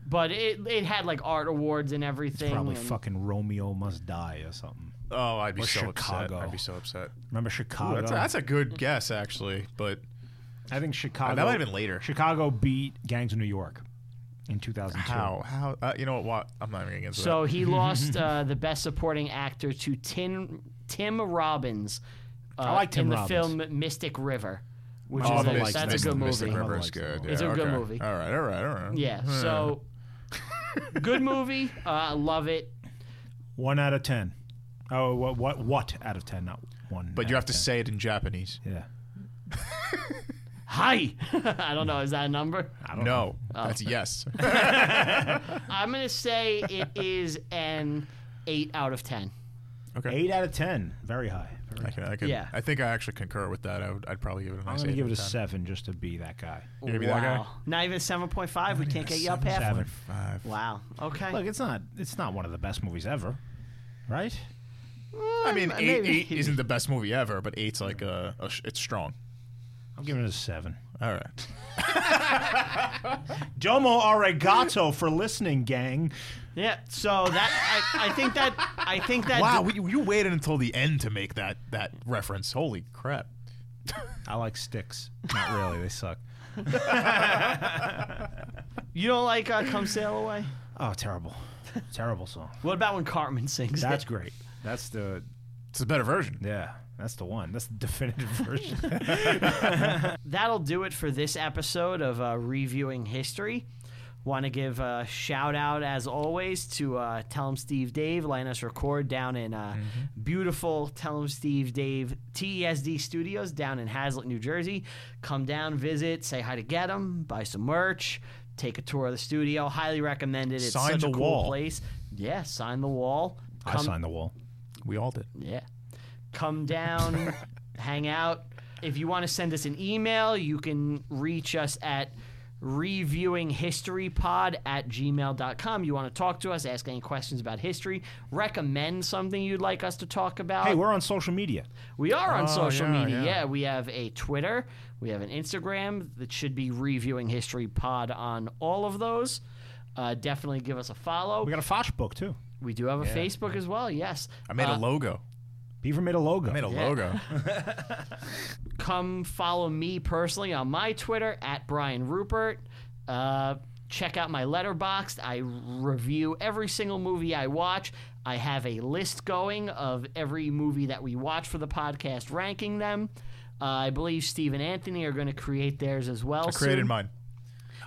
S1: But it it had like art awards and everything.
S3: Probably
S1: and-
S3: fucking Romeo Must Die or something.
S2: Oh, I'd be
S3: Or
S2: so
S3: Chicago.
S2: upset. I'd be so upset.
S3: Remember
S2: Ooh,
S3: Chicago?
S2: that's, a, that's a good guess, actually. But
S3: I think Chicago.
S2: that might have been later.
S3: Chicago beat Gangs of New York in 2002.
S2: How? How? Uh, you know what? I'm not even gonna get into
S1: So he lost uh, the best supporting actor to Tim Tim Robbins. Uh,
S3: I like Tim
S1: in the
S3: Robbins.
S1: film Mystic River, which
S3: Oh,
S1: is
S3: I
S1: a,
S3: like
S1: that's a
S3: Mystic-
S1: good
S2: Mystic
S1: movie.
S2: River
S3: I
S2: is
S3: like
S2: good.
S3: that.
S1: It's
S2: yeah,
S1: a good
S2: okay.
S1: movie.
S2: All right, all right, all right.
S1: Yeah. So good movie. Uh, I love it.
S3: One out of ten. Oh, what? What? What out of ten? Not one.
S2: But you
S3: out
S2: have to say it in Japanese.
S3: of 10. Yeah.
S1: Hi. I don't know. Is that a number?
S2: No,
S1: Oh.
S2: that's yes.
S1: I'm gonna say it is an eight out of ten.
S2: okay.
S3: Eight out of ten. Very high. Very
S2: I, can, I, can,
S1: Yeah.
S2: I think I actually concur with that. I would, I'd probably give it a
S3: I'm
S2: nice
S3: gonna
S2: eight
S3: give it
S2: out
S3: a
S2: of
S3: seven just to be that guy.
S2: You're gonna be that guy?
S1: Not even seven point five. We can't get you up half.
S2: 10.
S3: Seven.
S2: Five.
S1: Wow. Okay.
S3: Look, it's not. It's not one of the best movies ever, right?
S2: I mean,
S1: Mm,
S2: eight,
S1: maybe.
S2: eight isn't the best movie ever, but eight's like a, a sh- it's strong.
S3: I'm giving it a seven.
S2: All right.
S3: Domo arigato for listening, gang.
S1: Yeah. So that I, I think that I think that
S2: Wow, you, you waited until the end to make that that reference. Holy crap!
S3: I like sticks. Not really. They suck.
S1: you don't like uh, "Come Sail Away."
S3: Oh, terrible. terrible song.
S1: What about when Cartman sings?
S3: That's
S1: it?
S3: great. That's the
S2: It's a better version.
S3: yeah. That's the one. That's the definitive version.
S1: That'll do it for this episode of uh, Reviewing History. Want to give a shout out, as always, to uh, Tell 'em Steve Dave, letting us record down in uh,
S2: Mm-hmm.
S1: beautiful Tell 'em Steve Dave TESD Studios down in Hazlet, New Jersey. Come down, visit, say hi to get 'em, buy some merch, take a tour of the studio. Highly recommend it. It's
S2: Sign
S1: such
S2: the
S1: a cool
S2: wall.
S1: place. Yeah, sign the wall. Come,
S3: the wall.
S2: We all did.
S1: yeah. Come down, hang out. If you want to send us an email, you can reach us at reviewinghistorypod at gmail.com. You want to talk to us, ask any questions about history, recommend something you'd like us to talk about.
S3: Hey, we're Oh, on social media.
S1: We are on social
S2: yeah,
S1: media.
S2: yeah.
S1: Yeah, we have a Twitter, we have an Instagram that should be reviewing history pod on all of those. Uh, definitely give us a follow.
S3: We got a Fosh book too.
S1: We do have a Facebook as well. Yes.
S2: I made a logo.
S3: Beaver made a logo.
S2: I made a
S1: Uh, yeah.
S2: logo.
S1: come follow me personally on my Twitter at Brian Rupert. Uh, check out my letterbox. I review every single movie I watch. I have a list going of every movie that we watch for the podcast, ranking them. Uh, I believe Steve and Anthony are going to create theirs as well.
S2: I created
S1: soon.
S2: mine.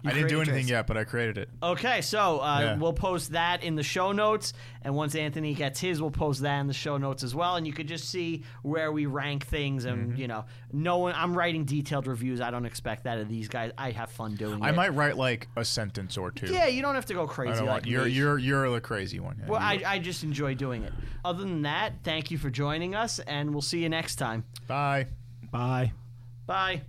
S2: I didn't do
S1: created
S2: anything
S1: yours.
S2: yet, but I created it.
S1: Okay, so uh,
S2: Yeah.
S1: we'll post that in the show notes, and once Anthony gets his, we'll post that in the show notes as well, and you could just see where we rank things, and
S2: Mm-hmm.
S1: you know, no one. I'm writing detailed reviews. I don't expect that of these guys. I have fun doing
S2: I
S1: it.
S2: might write like a sentence or two.
S1: Yeah, you don't have to go
S2: I
S1: crazy.
S2: don't
S1: like
S2: want, you're
S1: me.
S2: you're you're the crazy one. Yeah,
S1: Well,
S2: you-
S1: I, I just enjoy doing it. Other than that, thank you for joining us, and we'll see you next time.
S2: bye.
S3: Bye.
S1: Bye.